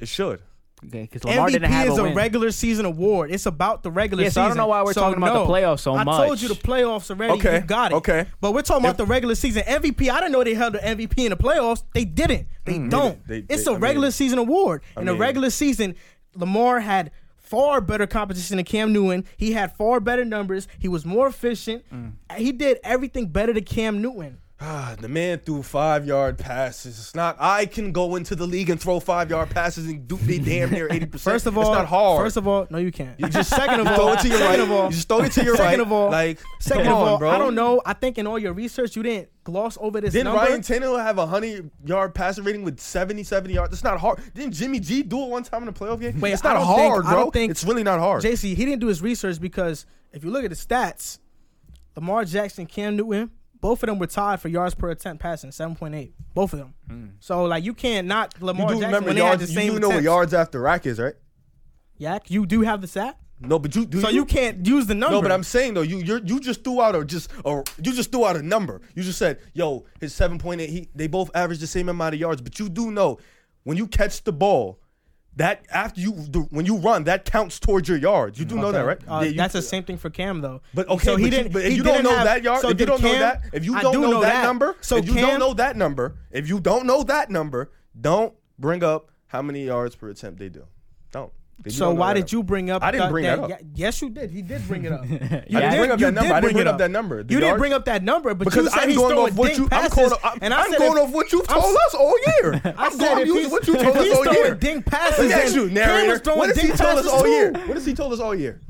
S4: it should.
S3: Okay, because Lamar didn't
S1: MVP
S3: have
S1: is
S3: a
S1: a,
S3: win.
S1: regular season award. It's about the regular
S3: Yeah,
S1: season.
S3: so I don't know why we're talking about the playoffs so
S1: I told
S3: much.
S1: you the playoffs already. You
S4: Okay,
S1: got it.
S4: okay.
S1: But we're talking about the regular season MVP. I didn't know they held the MVP in the playoffs. They didn't. Mm, They don't.
S4: they-
S1: it's
S4: they-
S1: a
S4: I
S1: regular
S4: mean-
S1: season award. In a
S4: mean-
S1: regular season, Lamar had far better competition than Cam Newton. He had far better numbers. He was more efficient. He did everything better than Cam Newton.
S4: Ah, the man threw five yard passes. It's not. I can go into the league and throw five yard passes and do be damn near eighty percent.
S1: First of all,
S4: it's not hard.
S1: First of all, no, you can't.
S4: you just
S1: second of
S4: you throw
S1: all,
S4: it to your
S1: second
S4: right.
S1: of all,
S4: you just throw it to your
S1: second
S4: right.
S1: of all,
S4: like
S1: Second
S4: come
S1: of
S4: on,
S1: all,
S4: bro.
S1: I don't know. I think in all your research, you didn't gloss over this
S4: Didn't
S1: number.
S4: Ryan Tannehill have a hundred yard passer rating with 70, 70 yards? That's not hard. Didn't Jimmy G do it one time in a playoff game?
S1: Wait,
S4: it's
S1: I
S4: not
S1: don't
S4: hard,
S1: think- I
S4: bro.
S1: don't think-
S4: it's really not hard.
S1: JC, he didn't do his research because if you look at the stats, Lamar Jackson, Cam Newton, both of them were tied for yards per attempt passing, seven point eight, both of them. So like, you can't not
S4: Hmm. you
S1: Lamar
S4: do
S1: Jackson
S4: remember
S1: when
S4: yards?
S1: they had the
S4: You
S1: same.
S4: do know what
S1: attempts.
S4: yards after rack is, right?
S1: Yak, you do have the stat,
S4: No, but you do.
S1: so you can't use the number.
S4: No, but I'm saying though, you you you just threw out a just or you just threw out a number. You just said, "Yo, his 7.8. He they both average the same amount of yards." But you do know when you catch the ball, that after you do- when you run, that counts towards your yards. You do know that, right?
S1: Uh,
S4: Yeah, you-
S1: that's the same thing for Cam though.
S4: But okay, but, you, but if
S1: he
S4: you don't
S1: didn't
S4: know
S1: have-
S4: that yard,
S1: so
S4: if you
S1: did
S4: don't know
S1: Cam-
S4: that, if you
S1: I
S4: don't
S1: do
S4: know, that,
S1: that.
S4: number,
S1: so
S4: if you
S1: Cam-
S4: don't know that number, if you don't know that number, don't bring up how many yards per attempt they do. Don't. If
S1: So
S4: don't know
S1: why
S4: that
S1: did you
S4: number.
S1: bring up?
S4: I didn't bring that up.
S1: yeah, yes, you did. He did bring it up. You
S4: I didn't bring up
S1: you
S4: that number.
S1: bring
S4: I didn't bring
S1: it
S4: up that number. The
S1: You didn't
S4: yards-
S1: bring up that number, but you
S4: Because
S1: said
S4: I'm
S1: he's
S4: going
S1: throwing
S4: off what
S1: dick
S4: you. I'm
S1: passes,
S4: going. I'm,
S1: and
S4: I'm
S1: said
S4: going
S1: if-
S4: off what you've
S1: I'm
S4: told us all year.
S1: I
S4: I'm
S1: said
S4: going
S1: if
S4: off
S1: he's-
S4: what you
S1: if
S4: told us
S1: he's
S4: all
S1: throwing
S4: year.
S1: ding passes,
S4: Let me ask
S1: then
S4: you,
S1: Cam was
S4: narrator.
S1: throwing
S4: What has he
S1: ding
S4: told us
S1: passes
S4: all
S1: too.
S4: year? What has he told us all year?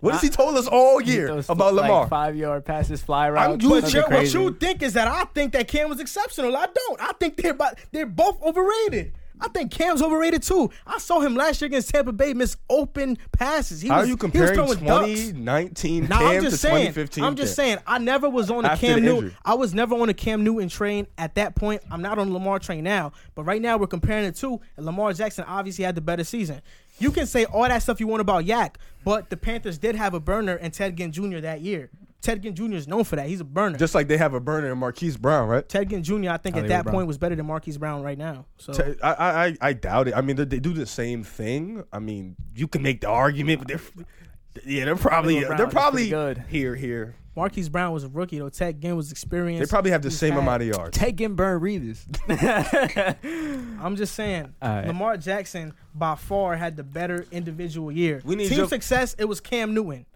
S4: What has he told us all year
S3: Those,
S4: about
S3: like,
S4: Lamar?
S3: Five yard passes, fly routes.
S4: you-
S1: But
S3: nothing
S1: you- what
S3: crazy.
S1: you think is that I think that Cam was exceptional. I don't. I think they're about, they're both overrated. I think Cam's overrated too. I saw him last year against Tampa Bay miss open passes. He
S4: How
S1: was,
S4: are you
S1: he
S4: comparing
S1: was throwing ducks.
S4: 2019
S1: Now
S4: Cam
S1: I'm
S4: to
S1: just saying.
S4: 2015?
S1: I'm just
S4: Cam?
S1: saying. I never was on a
S4: After
S1: Cam
S4: the
S1: Newton.
S4: injury.
S1: I was never on a Cam Newton train at that point. I'm not on the Lamar train now. But right now we're comparing the two, and Lamar Jackson obviously had the better season. You can say all that stuff you want about Yak, but the Panthers did have a burner and Ted Ginn Jr. that year. Ted Ginn Jr. is known for that. He's a burner.
S4: Just like they have a burner in Marquise Brown, right?
S1: Ted Ginn Jr. I think at that point was better than Marquise Brown right now. So
S4: Te- I, I I- I doubt it. I mean, they, they do the same thing. I mean, you can make the argument, but they're yeah, they're probably
S3: Brown
S4: they're
S3: is
S4: probably
S3: pretty good.
S4: here here.
S1: Marquise Brown was a rookie though. Ted Ginn was experienced.
S4: They probably have the
S1: He's
S4: same
S1: had-
S4: amount of yards.
S3: Take and burn Reeves.
S1: I'm just saying,
S3: All right.
S1: Lamar Jackson by far had the better individual year.
S4: We need
S1: Team
S4: your-
S1: success, it was Cam Newton.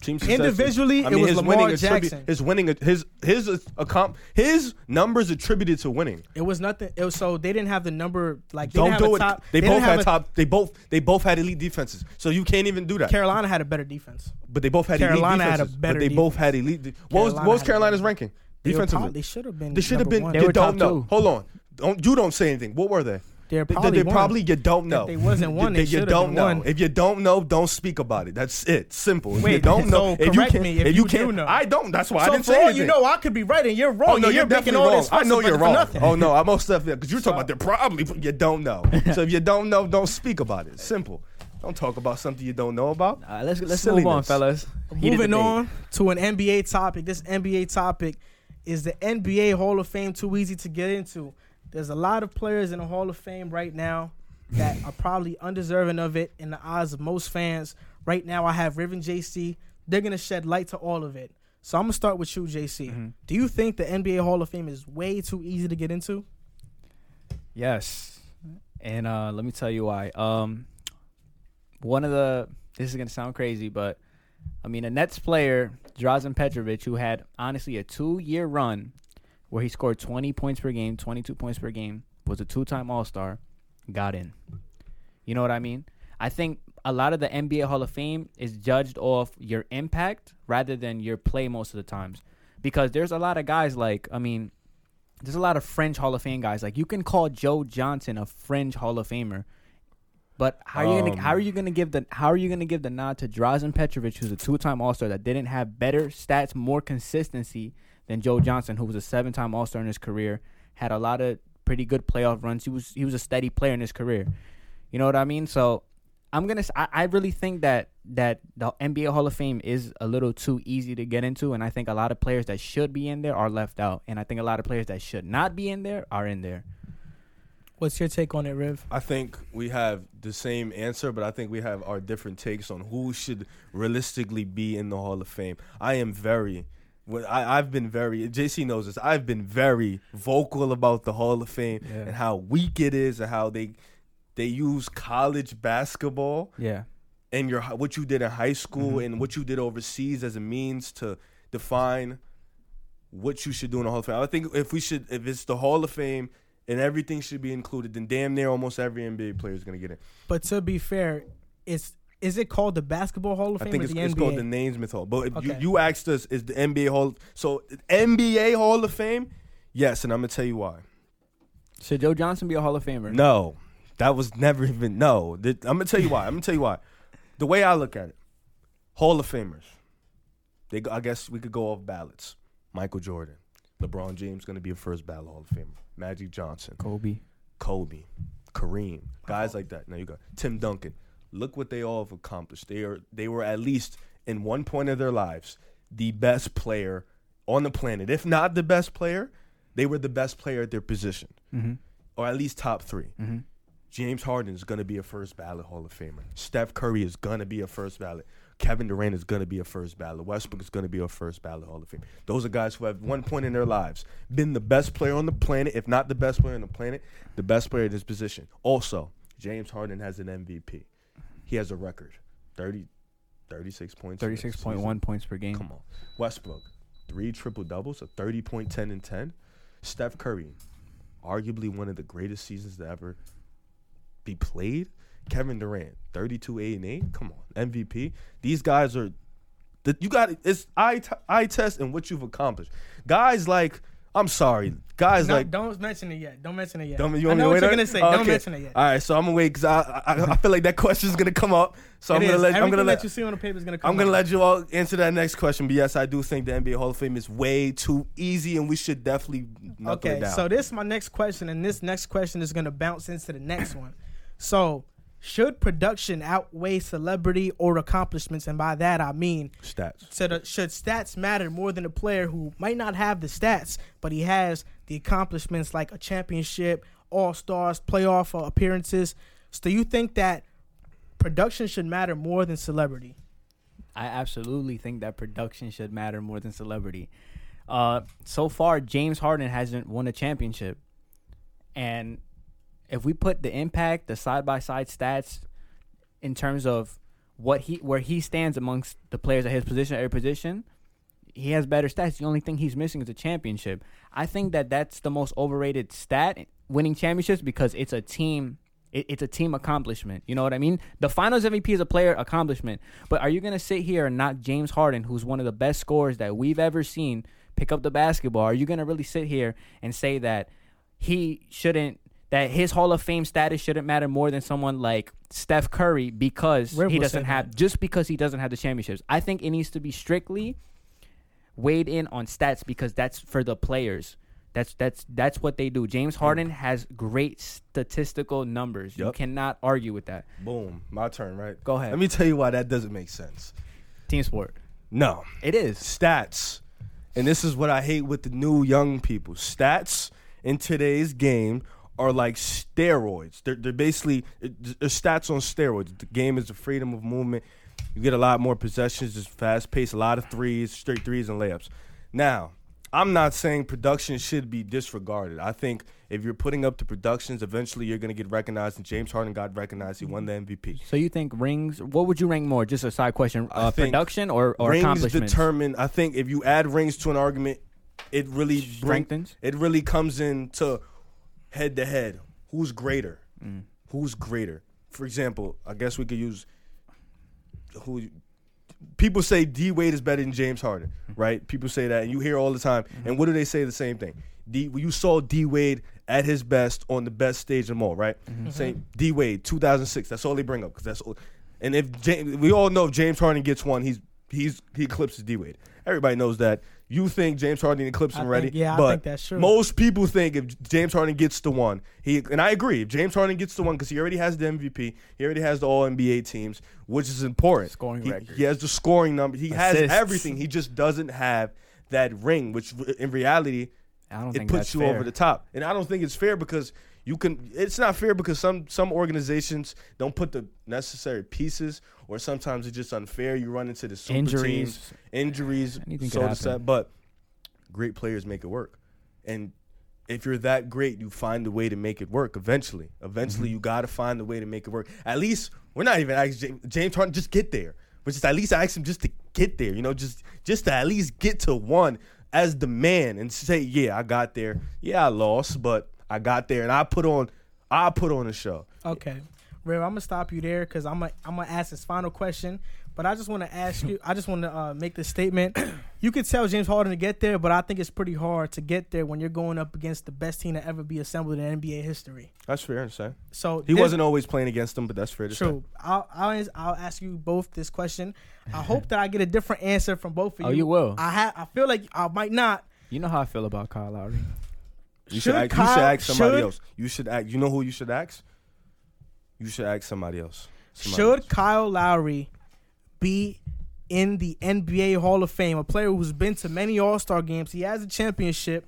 S4: Team success.
S1: Individually, it was Lamar
S4: winning attribute-
S1: Jackson.
S4: His winning, his his uh, accom- his numbers attributed to winning.
S1: It was nothing. It was, so they didn't have the number like they
S4: Don't
S1: didn't have
S4: do
S1: a
S4: it.
S1: top.
S4: they,
S1: didn't
S4: both
S1: have
S4: had
S1: a-
S4: top. They both they both had elite defenses. So you can't even do that.
S1: Carolina had a better defense.
S4: but they both had
S1: Carolina
S4: elite
S1: had a
S4: defenses.
S1: better
S4: but they both had elite. De- what was
S1: Carolina
S4: what was
S1: had a
S4: Carolina's
S1: better-
S4: ranking
S1: They were prob-
S4: defensively?
S1: they should have been.
S4: They should have
S1: number
S4: been.
S1: one.
S3: They
S4: you
S3: were
S4: don't
S3: top
S4: know.
S3: two.
S4: Hold on. Don't you don't say anything. What were they?
S1: They're
S4: They-
S1: probably
S4: they
S1: one.
S4: probably you don't know.
S1: they wasn't one, they
S4: you
S1: should've
S4: don't
S1: been
S4: know.
S1: one.
S4: If you don't know, don't speak about it. That's it. Simple. If you
S1: Wait,
S4: don't know.
S1: so correct
S4: can't-
S1: me if you do
S4: can't-
S1: know.
S4: I don't. That's why I
S1: So
S4: didn't
S1: for
S4: say
S1: all
S4: anything.
S1: you know, I could be right and you're wrong.
S4: Oh no,
S1: and
S4: you're,
S1: you're, making
S4: definitely
S1: all
S4: wrong.
S1: this.
S4: I know
S1: fuss
S4: you're
S1: about
S4: wrong.
S1: Nothing.
S4: Oh no, I'm most definitely because you're talking about they're probably, but you don't know. so if you don't know, don't speak about it. Simple. Don't talk about something you don't know about.
S3: All right, let's let's move on,
S4: Silliness.
S3: fellas. Heated
S1: Moving
S3: debate.
S1: on to an NBA topic. This NBA topic is the NBA Hall of Fame too easy to get into. There's a lot of players in the Hall of Fame right now that are probably undeserving of it in the eyes of most fans. Right now, I have Riven JC. They're going to shed light to all of it. So I'm going to start with you, JC.
S4: Mm-hmm.
S1: Do you think the NBA Hall of Fame is way too easy to get into?
S3: Yes. And uh, let me tell you why. Um, one of the this is gonna sound crazy, but I mean a Nets player, Drazen Petrovic, who had honestly a two year run where he scored 20 points per game, 22 points per game, was a two-time All-Star, got in. You know what I mean? I think a lot of the NBA Hall of Fame is judged off your impact rather than your play most of the times. Because there's a lot of guys like, I mean, there's a lot of fringe Hall of Fame guys. Like you can call Joe Johnson a fringe Hall of Famer, but how are you
S4: Um,
S3: gonna how are you gonna give the how are you gonna give the nod to Drazen Petrovic, who's a two time All Star that didn't have better stats, more consistency than Joe Johnson, who was a seven time All Star in his career, had a lot of pretty good playoff runs. He was he was a steady player in his career. You know what I mean? So I'm gonna. s- I, I really think that that the NBA Hall of Fame is a little too easy to get into, and I think a lot of players that should be in there are left out, and I think a lot of players that should not be in there are in there.
S1: What's your take on it, Riv?
S4: I think we have the same answer, but I think we have our different takes on who should realistically be in the Hall of Fame. I am very, well, I, I've been very, JC knows this, I've been very vocal about the Hall of Fame
S3: Yeah.
S4: and how weak it is and how they they use college basketball
S3: Yeah,
S4: and your hi- what you did in high school
S1: Mm-hmm.
S4: and what you did overseas as a means to define what you should do in the Hall of Fame. I think if we should, if it's the Hall of Fame and everything should be included, then damn near almost every NBA player is going to get in.
S1: But to be fair, it's is it called the Basketball Hall of
S4: I
S1: Fame
S4: think
S1: or
S4: it's,
S1: the
S4: it's
S1: NBA?
S4: called the Namesmith Hall. But if you,
S1: Okay.
S4: you asked us, is the NBA Hall so NBA Hall of Fame? Yes, and I'm gonna tell you why.
S3: should Joe Johnson be a Hall of Famer?
S4: No, that was never even. No, Th- I'm gonna tell you why. I'm gonna tell you why. The way I look at it, Hall of Famers. They, go- I guess we could go off ballots. Michael Jordan, LeBron James gonna be a first ballot Hall of Famer. Magic Johnson,
S3: Kobe.
S4: Kobe, Kareem, guys like that. Now you got Tim Duncan. Look what they all have accomplished. They are they were at least in one point of their lives the best player on the planet. If not the best player, they were the best player at their position, or at least top 3
S3: Mm-hmm.
S4: James Harden is gonna be a first ballot Hall of Famer. Steph Curry is gonna be a first ballot. Kevin Durant is gonna be a first ballot. Westbrook is gonna be a first ballot Hall of Fame. Those are guys who have one point in their lives been the best player on the planet, if not the best player on the planet, the best player at his position. Also, James Harden has an MVP. He has a record 30, 36 points. in a
S3: Thirty-six point one points per game.
S1: Mm-hmm.
S4: season. Come on, Westbrook, three triple doubles, a thirty point ten and ten. Steph Curry, arguably one of the greatest seasons to ever be played. Kevin Durant, 32 8 and 8. Come on, MVP. These guys are that you got it's eye, t- eye test and what you've accomplished. Guys like I'm sorry, guys
S1: No,
S4: like
S1: don't mention it yet. Don't mention it yet.
S4: don't,
S1: I
S4: you want
S1: know
S4: me to
S1: what
S4: wait
S1: you're
S4: on
S1: gonna
S4: it?
S1: say.
S4: Oh,
S1: Don't
S4: okay.
S1: mention it yet.
S4: All right, so I'm gonna wait because I, I I feel like that question's gonna come up. So I'm
S1: It
S4: gonna
S1: is.
S4: let I'm
S1: Everything
S4: gonna let
S1: that you see on the paper is gonna come.
S4: I'm gonna
S1: out.
S4: let you all answer that next question. But yes, I do think the NBA Hall of Fame is way too easy, and we should definitely knuckle it
S1: Okay,
S4: down.
S1: so this is my next question, and this next question is gonna bounce into the next one. So, should production outweigh celebrity or accomplishments? And by that I mean,
S4: stats.
S1: should, should stats matter more than a player who might not have the stats, but he has the accomplishments like a championship, All Stars, playoff uh, appearances? So, do you think that production should matter more than celebrity?
S3: I absolutely think that production should matter more than celebrity. Uh, so far, James Harden hasn't won a championship, and if we put the impact, the side by side stats, in terms of what he where he stands amongst the players at his position, every position, he has better stats. The only thing he's missing is a championship. I think that that's the most overrated stat, winning championships, because it's a team. it- It's a team accomplishment. You know what I mean? The Finals MVP is a player accomplishment. But are you gonna sit here and knock James Harden, who's one of the best scorers that we've ever seen, pick up the basketball? Are you gonna really sit here and say that he shouldn't? That his Hall of Fame status shouldn't matter more than someone like Steph Curry because
S1: Where
S3: he
S1: was
S3: doesn't
S1: that?
S3: have just because he doesn't have the championships. I think it needs to be strictly weighed in on stats because that's for the players. That's that's that's what they do. James Harden has great statistical numbers. You
S4: Yup.
S3: cannot argue with that.
S4: Boom, my turn, right?
S3: Go ahead.
S4: Let me tell you why that doesn't make sense.
S3: Team sport.
S4: No,
S3: It is.
S4: stats. And this is what I hate with the new young people. Stats in today's game are like steroids. They're, they're basically they're stats on steroids. The game is the freedom of movement. You get a lot more possessions, just fast paced, a lot of threes, straight threes and layups. Now, I'm not saying production should be disregarded. I think if you're putting up the productions, eventually you're going to get recognized. And James Harden got recognized. He won the MVP.
S3: So you think rings? What would you rank more? Just a side question.
S4: I
S3: Uh,
S4: think
S3: production or or
S4: rings
S3: accomplishments?
S4: determine. I think if you add rings to an argument, it really bring-
S3: Strengthens.
S4: it really comes into head to head. Who's greater?
S3: Mm.
S4: Who's greater? For example, I guess we could use who people say D Wade is better than James Harden, right? People say that, and you hear all the time.
S1: Mm-hmm.
S4: And what do they say? The same thing. D, you saw D Wade at his best on the best stage of them all, right?
S1: Mm-hmm.
S4: Same D Wade, 2006. That's all they bring up because that's all. And if James, we all know if James Harden gets one, he's he's he eclipses D Wade. Everybody knows that. You think James Harden eclipsed him
S1: I
S4: already?
S1: think- yeah, I
S4: but
S1: think that's true.
S4: Most people think if James Harden gets the one, he and I agree. If James Harden gets the one because he already has the MVP, he already has the All NBA teams, which is important.
S3: Scoring
S4: He-
S3: record.
S4: He has the scoring number. He has
S3: Assists.
S4: everything. He just doesn't have that ring, which r- in reality,
S3: I don't
S4: it
S3: think
S4: puts
S3: that's
S4: you
S3: fair.
S4: over the top. And I don't think it's fair because you can. It's not fair because some some organizations don't put the necessary pieces, or sometimes it's just unfair. You run into the super
S3: Injuries.
S4: teams, injuries,
S3: Anything could
S4: so to
S3: happen.
S4: set. But great players make it work, and if you're that great, you find a way to make it work eventually. Eventually, you got to find a way to make it work. At least we're not even asking James, James Harden just get there, but just at least I asked him just to get there. You know, just just to at least get to one as the man and say, yeah, I got there. Yeah, I lost, but I got there, and I put on, I put on a show.
S1: Okay, Rev, I'm gonna stop you there because I'm gonna I'm gonna ask this final question. But I just want to ask you. I just want to uh, make this statement. You could tell James Harden to get there, but I think it's pretty hard to get there when you're going up against the best team to ever be assembled in NBA history.
S4: That's fair to say.
S1: So
S4: He
S1: this-
S4: wasn't always playing against them, but that's fair to say.
S1: True. I'll, I'll I'll ask you both this question. I hope that I get a different answer from both of
S3: Oh,
S1: you.
S3: you will.
S1: I ha- I feel like I might not.
S3: You know how I feel about Kyle Lowry.
S4: You should, ask, you should ask somebody else. You should ask. You know who you should ask? You should ask somebody else. Somebody
S1: Should
S4: else.
S1: Kyle Lowry be in the NBA Hall of Fame? A player who's been to many All Star games. He has a championship.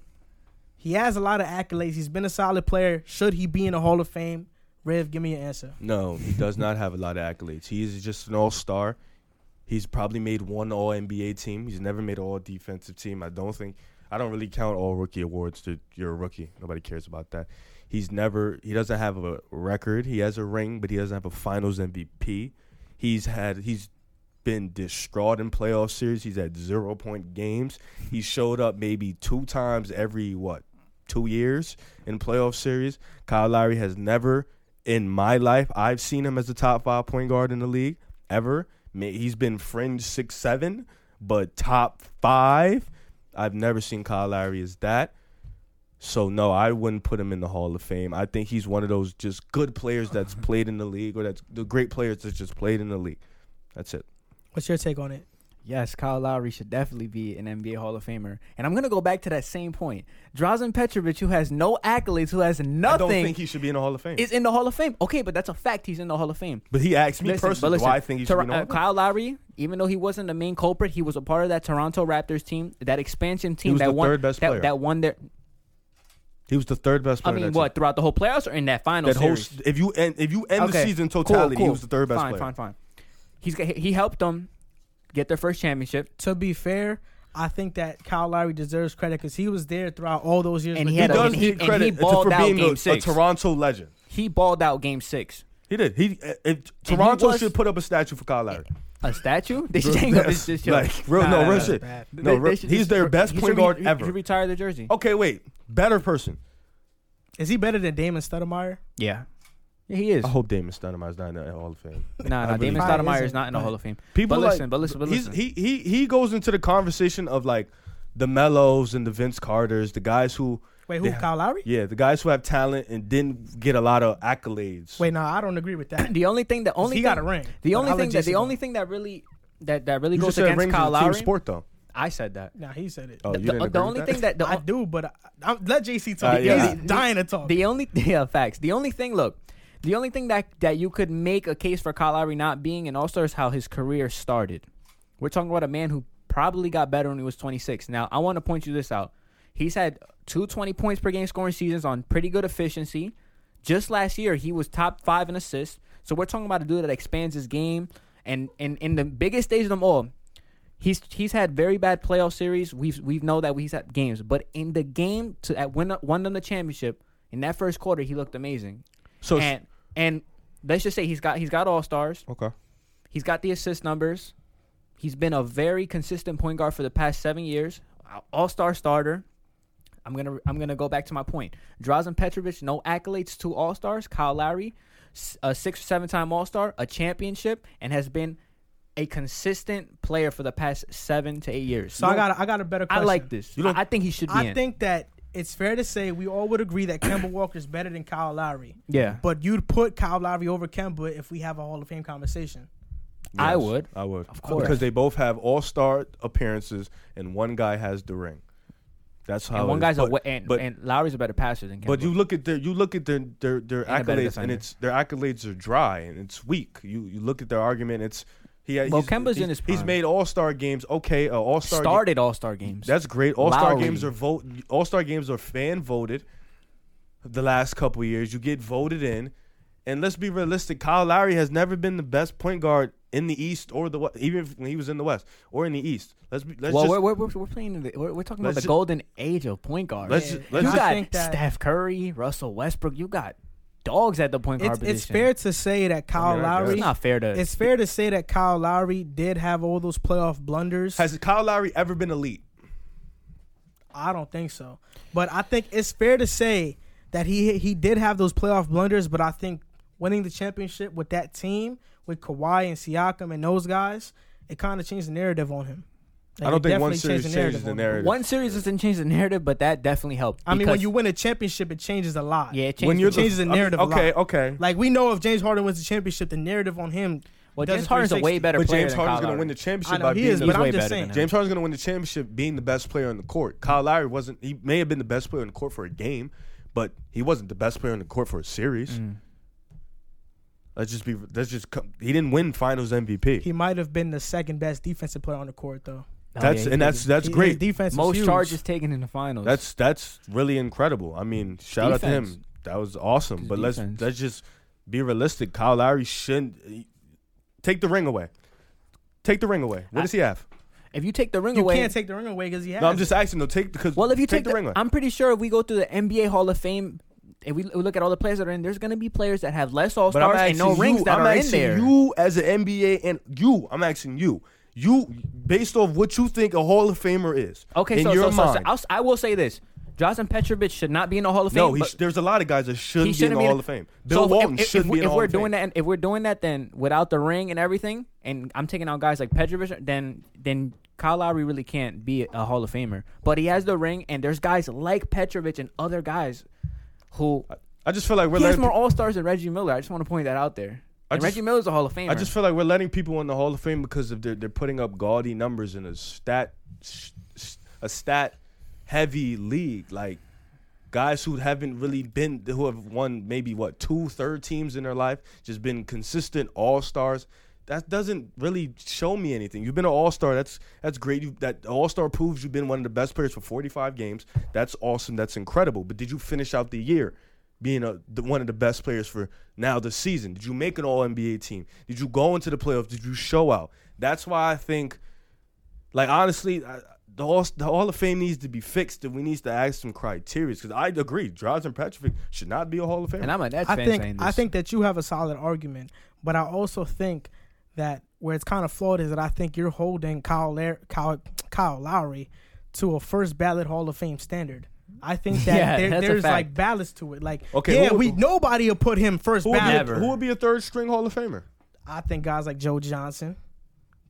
S1: He has a lot of accolades. He's been a solid player. Should he be in the Hall of Fame? Rev, give me your answer.
S4: No, he does not have a lot of accolades. He is just an all star. He's probably made one all NBA team. He's never made an all defensive team. I don't think I don't really count all rookie awards to you're a rookie. Nobody cares about that. He's never he doesn't have a record. He has a ring, but he doesn't have a finals MVP. He's had he's been distraught in playoff series. He's had zero point games. He showed up maybe two times every what two years in playoff series. Kyle Lowry has never in my life I've seen him as the top five point guard in the league ever. May- He's been fringe six seven, but top five. I've never seen Kyle Lowry as that. So no, I wouldn't put him in the Hall of Fame. I think he's one of those just good players that's played in the league, or that's the great players that's just played in the league. That's it.
S1: What's your take on it?
S3: Yes, Kyle Lowry should definitely be an NBA Hall of Famer. And I'm going to go back to that same point. Drazen Petrovic, who has no accolades, who has
S4: I don't
S3: nothing,
S4: think he should be in the Hall of Fame.
S3: is in the Hall of Fame. Okay, but that's a fact. He's in the Hall of Fame.
S4: but he asked me
S3: Listen, but
S4: personally
S3: listen,
S4: why I think he should be
S3: Tor-
S4: in the Hall
S3: uh,
S4: of Fame.
S3: Kyle Lowry, even though he wasn't the main culprit, he was a part of that Toronto Raptors team, that expansion team
S4: was
S3: that
S4: the
S3: won
S4: third best
S3: that,
S4: player.
S3: that won their.
S4: He was the third best
S3: I
S4: player.
S3: mean,
S4: that
S3: what
S4: team.
S3: throughout the whole playoffs or in that final
S4: That whole
S3: series?
S4: s- if you end if you end the
S3: Okay,
S4: season
S3: cool,
S4: totality, he
S3: cool.
S4: was the third best
S3: fine,
S4: player.
S3: Fine, fine, He's got- he helped them get their first championship.
S1: To be fair, I think that Kyle Lowry deserves credit because he was there throughout all those years.
S3: And
S1: with
S3: he
S1: the
S3: had a-
S1: Bucks.
S4: He does need
S3: and he- and he
S4: credit
S3: balled
S4: for
S3: out
S4: being
S3: game
S4: a, a
S3: six.
S4: Toronto legend.
S3: He balled out Game Six.
S4: He did. He uh, if Toronto
S3: was-
S4: should put up a statue for Kyle Lowry.
S3: A statue? They should hang up his, his
S4: like real
S3: Nah,
S4: no
S3: nah,
S4: real
S3: nah.
S4: shit.
S1: bad.
S4: No,
S3: They-
S4: real-
S3: they should
S4: he's
S3: just-
S4: their best
S3: he
S4: point
S3: should re-
S4: guard
S3: he- He
S4: ever. Oh.
S3: retire the jersey.
S4: Okay, wait, better person.
S1: Is he better than Damon Stoudemire?
S3: yeah. Yeah, he is.
S4: I hope Damon Stoudemire is not in the Hall of Fame.
S3: nah,
S4: I
S3: nah.
S4: really-
S3: Damon
S1: Probably
S3: Stoudemire is
S1: isn't,
S3: not in the
S1: but-
S3: Hall of Fame.
S4: People
S3: but
S4: like-
S3: listen, but listen, but
S4: he's,
S3: listen.
S4: he he he goes into the conversation of like the Mellows and the Vince Carters, the guys who
S1: Wait, who?
S4: they-
S1: Kyle Lowry?
S4: Yeah, the guys who have talent and didn't get a lot of accolades.
S1: Wait, no, I don't agree with that.
S3: the only thing that only
S1: he
S3: thing,
S1: got a ring.
S3: The
S1: But
S3: only
S1: I'll
S3: thing
S1: let
S3: that the
S1: Jason
S3: only thing that really that that really
S4: you
S3: goes
S4: just said
S3: against
S4: rings is
S3: Kyle
S4: a team
S3: Lowry.
S4: sport though.
S3: I said that.
S1: Nah, he said it.
S4: Oh,
S3: the,
S4: you
S3: the-
S4: didn't
S3: the
S4: agree with
S3: only
S4: that?
S3: thing that the
S1: I do, but I, I, let JC talk.
S4: Uh, yeah.
S1: He's dying to talk.
S3: The only yeah, facts. The only thing, look, the only thing that that you could make a case for Kyle Lowry not being an All Star is how his career started. We're talking about a man who probably got better when he was 26. Now, I want to point you this out. He's had two 20 points per game scoring seasons on pretty good efficiency. Just last year, he was top five in assists. So we're talking about a dude that expands his game, and and in the biggest stage of them all, He's he's had very bad playoff series. We've we've know that he's had games, but in the game to at win won them the championship in that first quarter, he looked amazing.
S4: So
S3: and and let's just say he's got he's got all stars.
S4: okay.
S3: He's got the assist numbers. He's been a very consistent point guard for the past seven years. All star starter. I'm gonna I'm gonna go back to my point. Drazen Petrovic, no accolades, two All Stars. Kyle Lowry, s- a six or seven time All Star, a championship, and has been a consistent player for the past seven to eight years.
S1: So I got a, I got a better
S3: I
S1: question.
S3: like this. I, I think he should be.
S1: I
S3: in.
S1: think that it's fair to say we all would agree that Kemba Walker is better than Kyle Lowry.
S3: Yeah,
S1: But you'd put Kyle Lowry over Kemba if we have a Hall of Fame conversation.
S3: I
S4: Yes,
S3: would.
S4: I would.
S3: Of course.
S4: Because they both have all star appearances and one guy has the ring. That's how
S3: And
S4: it
S3: one
S4: is.
S3: guy's a
S4: But-
S3: wa- and,
S4: but-
S3: and Lowry's a better passer than Kemba.
S4: But you look at their you look at their their, their
S3: And a better
S4: accolades and
S3: defender.
S4: it's their accolades are dry and it's weak. You you look at their argument. It's he.
S3: Well,
S4: he's,
S3: Kemba's in
S4: he's-
S3: his
S4: He's
S3: prime.
S4: made All Star games. Okay, uh, All Star.
S3: started All Star games.
S4: that's great. All Star
S3: Lowry.
S4: games are vote. All Star games are fan voted. The last couple years, you get voted in, and let's be realistic. Kyle Lowry has never been the best point guard in the East or the West, even if when he was in the West or in the East. Let's be. Let's
S3: well,
S4: just,
S3: we're, we're, we're, we're playing. in The, we're, we're talking about
S4: Let's
S3: the
S4: ju-
S3: golden age of point guards.
S4: Let's ju- let's
S3: you
S4: just-
S3: got
S1: I think that-
S3: Steph Curry, Russell Westbrook. You got dogs at the point guard
S1: It's,
S3: position.
S1: it's fair to say that Kyle
S4: mean, I guess.
S1: Lowry.
S3: It's not fair to.
S1: It's fair to say that Kyle Lowry did have all those playoff blunders.
S4: has Kyle Lowry ever been elite?
S1: I don't think so. But I think it's fair to say that he he did have those playoff blunders, but I think winning the championship with that team, with Kawhi and Siakam and those guys, it kind of changed the narrative on him. Like,
S4: I don't
S1: it
S4: think one
S1: definitely
S4: series
S1: changed
S4: changes the
S1: on him.
S4: narrative.
S3: One series doesn't change the narrative, but that definitely helped.
S1: I mean, when
S3: because-
S1: you win a championship, it changes a lot.
S3: yeah, it changed
S4: when you're
S1: the-
S3: the,
S1: changes the
S4: I mean,
S1: narrative a
S4: Okay,
S1: lot.
S4: okay.
S1: Like we know if James Harden wins the championship, the narrative on him.
S3: well,
S1: does
S3: James
S1: a
S3: Harden's a
S1: 360.
S3: way better
S4: But
S3: player.
S4: James
S3: than
S4: Harden's
S3: Kyle
S4: going to win the
S3: Lowry.
S1: I
S4: championship
S1: know
S4: by
S1: he
S4: being
S1: is,
S4: the
S1: but
S3: He's way
S1: I'm just
S3: better than
S1: saying.
S3: him.
S4: James Harden's going to win the championship being the best player on the court. Kyle Lowry wasn't. He may have been the best player on the court for a game, but he wasn't the best player on the court for a series.
S3: Mm.
S4: Let's just be. Let's just. Come, he didn't win Finals MVP.
S1: He might have been the second best defensive player on the court, though.
S3: Oh,
S4: that's
S3: yeah,
S4: and
S3: he-
S4: that's that's
S1: He- his
S4: great.
S1: defense is
S3: most
S1: huge.
S3: charges taken in the finals.
S4: That's that's really incredible. I mean, shout out to
S3: Defense.
S4: him. That was awesome.
S3: His
S4: but
S3: defense.
S4: let's let's just be realistic. Kyle Lowry shouldn't take the ring away. Take the ring away. What
S3: I-
S4: does he have?
S3: if you take the ring
S1: You
S3: away.
S1: can't take the ring away because he has.
S4: No, I'm just asking though. Take because
S3: well, if you take,
S4: the, ring away,
S3: I'm pretty sure if we go through the NBA Hall of Fame. If we we look at all the players that are in, there's gonna be players that have less All
S4: But I'm
S3: Stars and no
S4: asking
S3: rings
S4: you-
S3: that
S4: I'm
S3: are in
S4: asking
S3: there.
S4: You as an NBA and you, I'm asking you. You based off what you think a Hall of Famer is.
S3: okay,
S4: in
S3: so,
S4: your
S3: so, so, so
S4: mind.
S3: I'll, s- I will say this: Drazen Petrovic should not be in the Hall of Fame.
S4: no, he
S3: but-
S4: sh- there's a lot of guys that
S3: He
S4: shouldn't be in
S3: shouldn't
S4: the
S3: be in-
S4: Hall of Fame. Bill
S3: if-
S4: Walton
S3: if, if,
S4: should
S3: we-
S4: be in
S3: if
S4: the Hall
S3: we're
S4: of
S3: doing
S4: Fame.
S3: that, if we're doing that, then without the ring and everything, and I'm taking out guys like Petrovic, then then Kyle Lowry really can't be a Hall of Famer. But he has the ring, and there's guys like Petrovic and other guys who
S4: I just feel like we're
S3: he has
S4: letting
S3: more All Stars than Reggie Miller. I just want to point that out there.
S4: I
S3: And
S4: just-
S3: Reggie Miller's a Hall of Famer.
S4: I just feel like we're letting people in the Hall of Fame because of they're, they're putting up gaudy numbers in a stat sh- sh- a stat heavy league like guys who haven't really been who have won maybe what two third teams in their life just been consistent all stars that doesn't really show me anything you've been an all-star that's that's great you, that all-star proves you've been one of the best players for 45 games that's awesome that's incredible but did you finish out the year being a, the, one of the best players for now the season did you make an all nba team did you go into the playoffs did you show out that's why i think like honestly, I, the Hall, the Hall of Fame needs to be fixed, and we need to add some criteria. Because I agree, Drazen Petrovic should not be a Hall of Famer.
S3: and I'm a Nets
S1: I
S3: fan saying
S1: think
S3: this.
S1: I think that you have a solid argument, but I also think that where it's kind of flawed is that I think you're holding Kyle Lar- Kyle, Kyle Lowry to a first ballot Hall of Fame standard. I think that
S3: Yeah,
S1: there-
S3: that's a
S1: there's like
S3: fact.
S1: ballast to it. Like,
S4: Okay,
S1: yeah,
S4: who-
S1: we nobody will put him first
S4: who, would be a,
S1: ballot.
S3: Never.
S4: who would be a third string Hall of Famer?
S1: I think guys like Joe Johnson,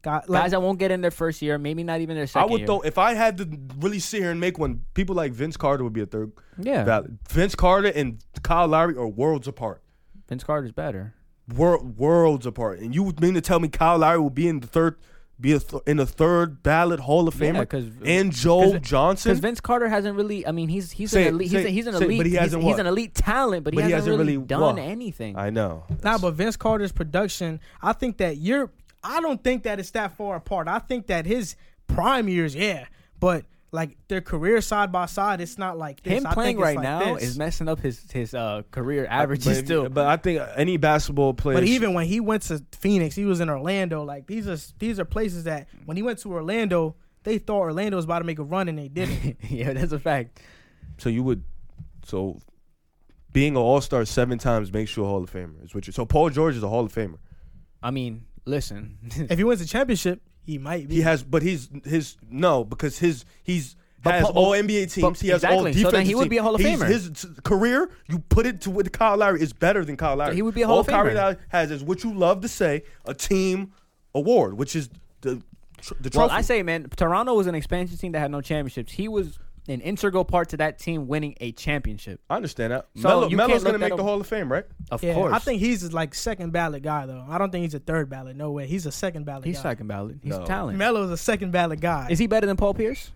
S1: got
S3: guys that won't get in their first year, maybe not even their
S4: I
S3: second.
S4: would
S3: year.
S4: throw if I had to really sit here and make one. People like Vince Carter would be a third.
S3: Yeah.
S4: ballot. Vince Carter and Kyle Lowry are worlds apart.
S3: Vince Carter's better.
S4: Wor- worlds apart. And you would mean to tell me Kyle Lowry will be in the third, be a th- in the third ballot Hall of
S3: Yeah,
S4: Famer?
S3: 'cause-
S4: and Joe
S3: 'cause-
S4: Johnson.
S3: Because Vince Carter hasn't really. I mean, he's he's
S4: Say it,
S3: an elite.
S4: say
S3: he's, a,
S4: it,
S3: he's an
S4: say it,
S3: elite.
S4: but he
S3: he's-
S4: hasn't
S3: he's,
S4: what?
S3: an elite talent, but he,
S4: But he
S3: hasn't,
S4: hasn't
S3: really
S4: really
S3: done
S4: what?
S3: anything.
S4: I know.
S1: Nah, but Vince Carter's production, I think that you're. I don't think that it's that far apart. I think that his prime years, yeah, but like their career side by side, it's not like this.
S3: Him
S1: I
S3: playing
S1: think it's
S3: right
S1: like
S3: now
S1: this.
S3: is messing up his his uh, career averages
S4: but,
S3: too.
S4: But I think any basketball player.
S1: But
S4: should-
S1: even when he went to Phoenix, he was in Orlando. Like these are these are places that when he went to Orlando, they thought Orlando was about to make a run and they didn't.
S3: yeah, that's a fact.
S4: so you would, so being an All Star seven times makes you a Hall of Famer. Is what you. So Paul George is a Hall of Famer.
S3: I mean, listen,
S1: if he wins the championship, he might be.
S4: He has, but he's his no because his he's
S3: But
S4: has
S3: Paul-
S4: all NBA teams.
S3: but-
S4: he has all
S3: exactly.
S4: defensive
S3: So then he would
S4: teams.
S3: be a Hall of
S4: He's-
S3: Famer.
S4: His t- career, you put it to with Kyle Lowry, is better than Kyle Lowry.
S3: he would be a Hall
S4: all
S3: of
S4: Kyrie
S3: Famer.
S4: Lowry has is what you love to say, a team award, which is the tr- the
S3: Well,
S4: trophy.
S3: I say, man, Toronto was an expansion team that had no championships. He was an integral part to that team winning a championship.
S4: I understand that.
S3: So
S4: Melo,
S3: you
S4: Melo's
S3: can't look
S4: going to
S3: at
S4: make the
S3: him-
S4: Hall of Fame, right?
S3: Of
S1: Yeah,
S3: course,
S1: I think he's like second ballot guy though. I don't think he's a third ballot. No way. He's a second ballot.
S3: he's
S1: guy.
S3: second ballot. He's
S4: No.
S3: talented.
S1: Melo's a second ballot guy.
S3: Is he better than Paul Pierce?